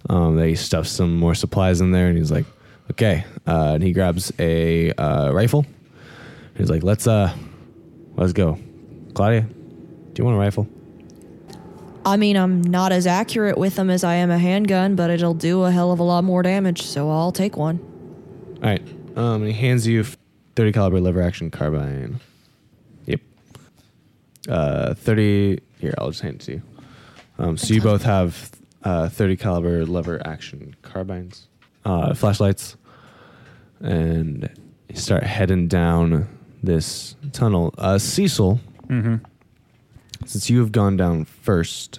Speaker 1: Um, they stuffed some more supplies in there, and he's like, "Okay," uh, and he grabs a uh, rifle. He's like, "Let's uh, let's go, Claudia. Do you want a rifle?"
Speaker 4: I mean, I'm not as accurate with them as I am a handgun, but it'll do a hell of a lot more damage, so I'll take one.
Speaker 1: All right. Um, and he hands you f- 30 caliber lever action carbine. Yep. Uh, 30. Here, I'll just hand it to you. Um, so you both have uh, 30 caliber lever action carbines, uh, flashlights, and you start heading down this tunnel. Uh, Cecil,
Speaker 2: Mm-hmm,
Speaker 1: since you have gone down 1st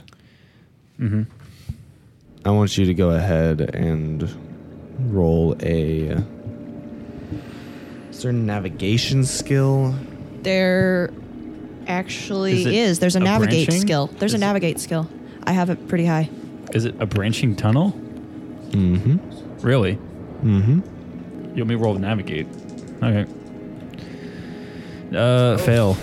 Speaker 2: mm-hmm.
Speaker 1: I want you to go ahead and roll a. Is there a navigation skill?
Speaker 4: There actually
Speaker 2: Is
Speaker 4: is.
Speaker 2: it
Speaker 4: There's a,
Speaker 2: a
Speaker 4: navigate
Speaker 2: branching?
Speaker 4: skill. There's
Speaker 2: Is
Speaker 4: a
Speaker 2: it-
Speaker 4: navigate skill. I have it pretty high.
Speaker 2: Is it a branching tunnel? Mm-hmm. Really? Mm-hmm. You want me to roll to navigate? Okay. Uh, fail.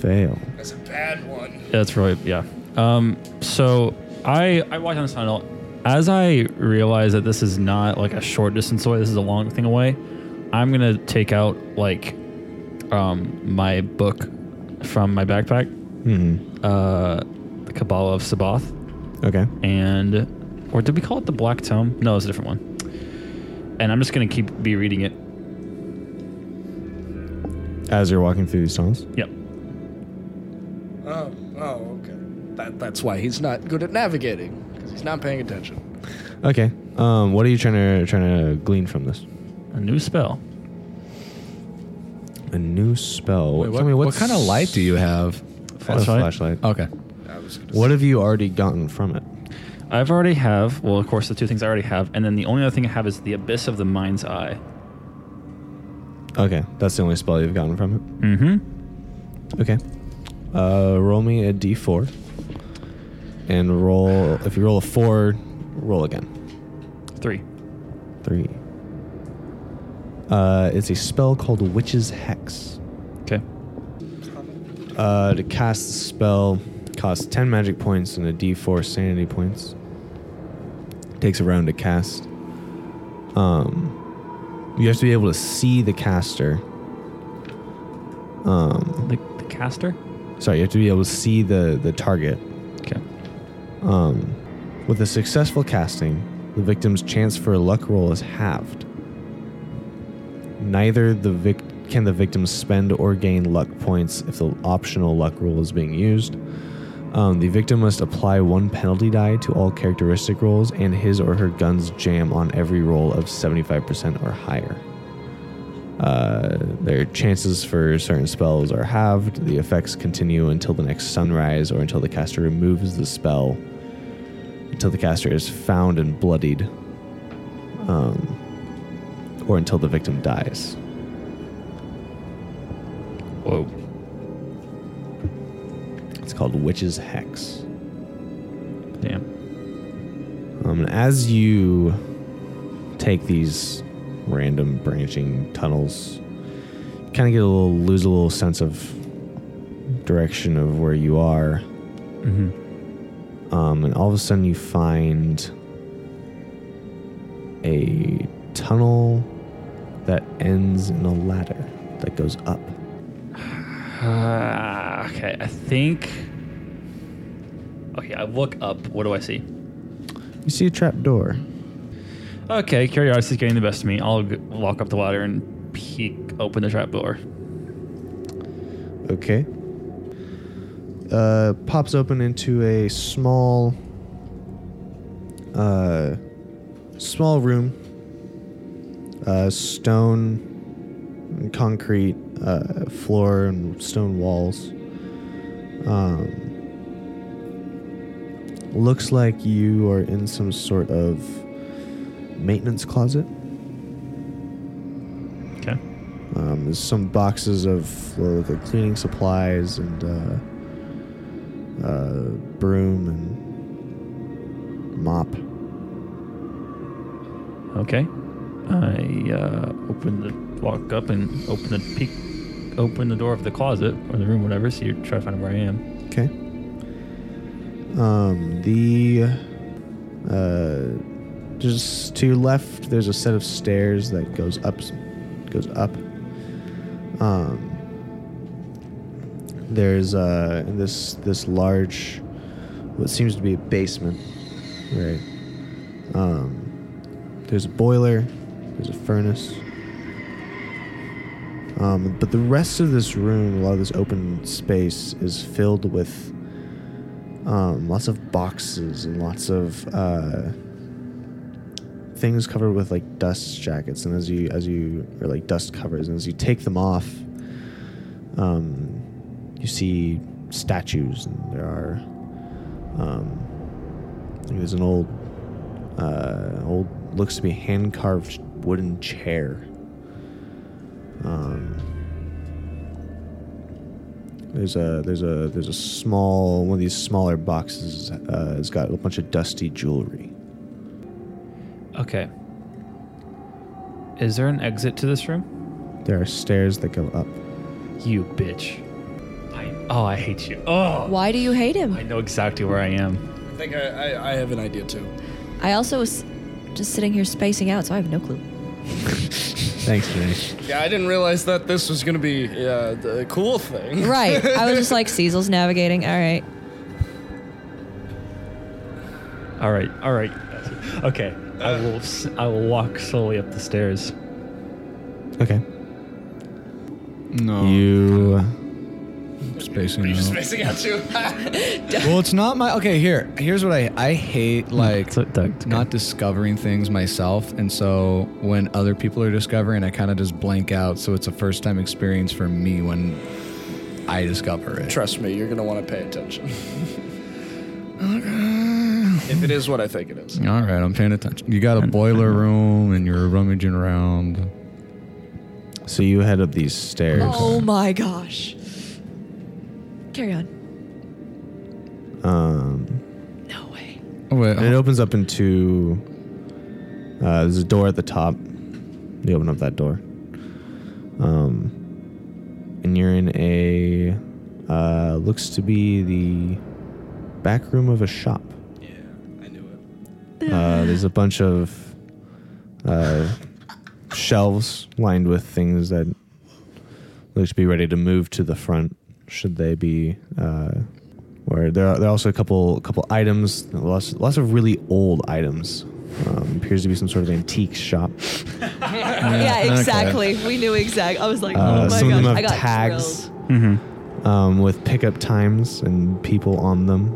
Speaker 1: Fail.
Speaker 5: That's a bad one.
Speaker 2: That's right. Yeah. Um, so I I walked down this tunnel. As I realize that this is not like a short distance away, this is a long thing away. I'm gonna take out like um, my book from my backpack, uh, the Kabbalah of Sabath,
Speaker 1: Okay.
Speaker 2: and or did we call it the Black Tome? No, it's a different one. And I'm just gonna keep be reading it.
Speaker 1: As you're walking through these tunnels,
Speaker 2: Yep.
Speaker 5: Oh, oh, okay. That, that's why he's not good at navigating because he's not paying attention.
Speaker 1: okay. Um, what are you trying to trying to glean from this?
Speaker 2: A new spell.
Speaker 1: A new spell.
Speaker 3: Wait, what,
Speaker 1: Tell me
Speaker 3: what
Speaker 1: what's-
Speaker 3: kind of light do you Oh. have?
Speaker 1: I have a
Speaker 2: Flashlight?
Speaker 1: flashlight.
Speaker 3: Okay.
Speaker 1: What have you already gotten from it?
Speaker 2: I've already have well, of course, the two things I already have, and then the only other thing I have is the Abyss of the Mind's Eye.
Speaker 1: Okay, that's the only spell you've gotten from it.
Speaker 2: Mm-hmm.
Speaker 1: Okay. Uh, roll me a d4, and roll. If you roll a four, roll again.
Speaker 2: Three.
Speaker 1: Three. Uh, it's a spell called Witch's Hex.
Speaker 2: Okay.
Speaker 1: Uh, to cast the spell costs 10 magic points and a d4 sanity points. Takes a round to cast. Um, you have to be able to see the caster. Um,
Speaker 2: The, the caster.
Speaker 1: sorry, you have to be able to see the, the target.
Speaker 2: Okay.
Speaker 1: Um, with a successful casting, the victim's chance for a luck roll is halved. Neither the vic- can the victim spend or gain luck points if the optional luck roll is being used. Um, the victim must apply one penalty die to all characteristic rolls and his or her gun's jam on every roll of 75% or higher. Uh, their chances for certain spells are halved. The effects continue until the next sunrise or until the caster removes the spell, until the caster is found and bloodied, um, or until the victim dies.
Speaker 2: Whoa.
Speaker 1: It's called Witch's Hex.
Speaker 2: Damn.
Speaker 1: Um, and as you take these random branching tunnels, kind of get a little lose a little sense of direction of where you are, um, and all of a sudden you find a tunnel that ends in a ladder that goes up.
Speaker 2: Uh, okay. I think. Okay. I look up. What do I see?
Speaker 1: You see a trap door.
Speaker 2: Okay. Curiosity's getting the best of me. I'll g- walk up the ladder and peek open the trapdoor.
Speaker 1: Okay. Uh, pops open into a small, uh, small room. Uh, stone, and concrete uh, floor and stone walls. Um, Looks like you are in some sort of maintenance closet.
Speaker 2: Okay.
Speaker 1: Um, there's some boxes of well, the cleaning supplies and uh, uh, broom and mop.
Speaker 2: Okay. I uh, open the walk up and open the peek, open the door of the closet or the room, whatever. So you try to find where I am.
Speaker 1: Okay. Um, the uh, just to your left, there's a set of stairs that goes up, goes up. Um, there's uh, in this this large, what seems to be a basement, right? Um, there's a boiler, there's a furnace. Um, but the rest of this room, a lot of this open space, is filled with um, lots of boxes and lots of uh, things covered with like dust jackets. And as you as you or like dust covers, and as you take them off, um, you see statues, and there are um, there's an old uh, old looks to be hand carved wooden chair. Um, there's a there's a there's a small one of these smaller boxes. Uh, it's got a bunch of dusty jewelry.
Speaker 2: Okay. Is there an exit to this room?
Speaker 1: There are stairs that go up.
Speaker 2: You bitch. I, oh, I hate you. Oh,
Speaker 4: Why do you hate
Speaker 2: I
Speaker 4: him?
Speaker 2: know exactly where I am.
Speaker 5: I think I, I, I have an idea too.
Speaker 4: I also was just sitting here spacing out, so I have no clue.
Speaker 1: Thanks, Janae.
Speaker 5: Yeah, I didn't realize that this was gonna be yeah the cool thing.
Speaker 4: Right. I was just like, Cecil's navigating. All right.
Speaker 2: All right. All right. Okay. I will. s- I will walk slowly up the stairs.
Speaker 1: Okay.
Speaker 3: No.
Speaker 1: You.
Speaker 3: spacing out.
Speaker 5: Spacing out too.
Speaker 3: Well, it's not my okay. Here, here's what I I hate like
Speaker 2: it's o- Doug, it's okay.
Speaker 3: not discovering things myself, and so when other people are discovering, I kind of just blank out. So it's a first time experience for me when I discover it.
Speaker 5: Trust me, you're gonna want to pay attention. if it is what I think it is.
Speaker 3: All right, I'm paying attention. You got a boiler room, and you're rummaging around.
Speaker 1: So you head up these stairs.
Speaker 4: Oh my gosh. Carry on.
Speaker 1: Um,
Speaker 4: No way.
Speaker 3: Oh, wait,
Speaker 1: and it opens up into. Uh, there's a door at the top. You open up that door. Um, and you're in a. Uh, looks to be the back room of a shop.
Speaker 5: Yeah, I knew it.
Speaker 1: Uh, there's a bunch of uh, shelves lined with things that look to be ready to move to the front. Should they be? Uh, or there are, there are also a couple couple items, lots lots of really old items. Um, appears to be some sort of antique shop.
Speaker 6: Yeah, exactly. We knew exactly. I was like,
Speaker 1: Uh,
Speaker 6: oh my
Speaker 1: some
Speaker 6: gosh,
Speaker 1: of them
Speaker 6: I
Speaker 1: have
Speaker 6: got
Speaker 1: tags
Speaker 6: thrilled.
Speaker 1: um, with pickup times and people on them.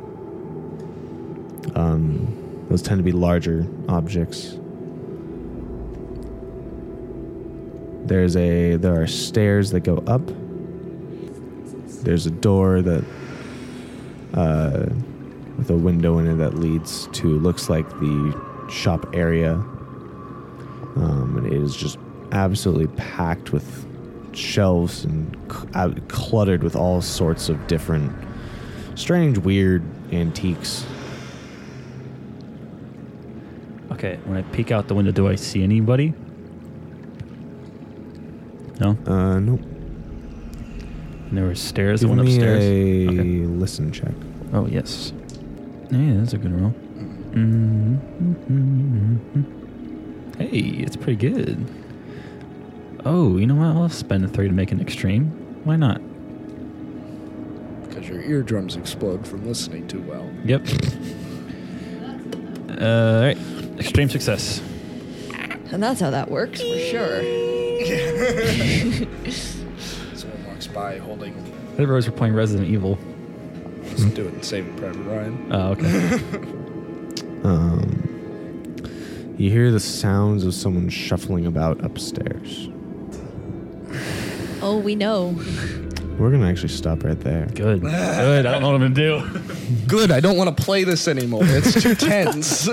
Speaker 1: Um, those tend to be larger objects. There's a there are stairs that go up. There's a door that uh, with a window in it that leads to looks like the shop area. Um, and it is just absolutely packed with shelves and c- uh, cluttered with all sorts of different strange, weird antiques.
Speaker 2: Okay. When I peek out the window, do I see anybody? No.
Speaker 1: Uh, nope.
Speaker 2: And there were stairs. that
Speaker 1: Give
Speaker 2: went
Speaker 1: me
Speaker 2: upstairs.
Speaker 1: a
Speaker 2: Okay.
Speaker 1: listen check.
Speaker 2: Oh yes. Yeah, that's a good roll. Mm-hmm. Hey, it's pretty good. Oh, you know what? I'll spend a three to make an extreme. Why not?
Speaker 5: Because your eardrums explode from listening too well.
Speaker 2: Yep. Uh, all right. Extreme success.
Speaker 4: And that's how that works for sure.
Speaker 5: Someone walks by holding.
Speaker 2: I didn't realize we're playing Resident Evil.
Speaker 5: Just do it and save it, Private Ryan.
Speaker 2: Oh, okay.
Speaker 1: Um, you hear the sounds of someone shuffling about upstairs.
Speaker 4: Oh, we know.
Speaker 1: We're gonna actually stop right there.
Speaker 2: Good. Good. I don't know what I'm going to do.
Speaker 5: Good. I don't want to play this anymore. It's too tense.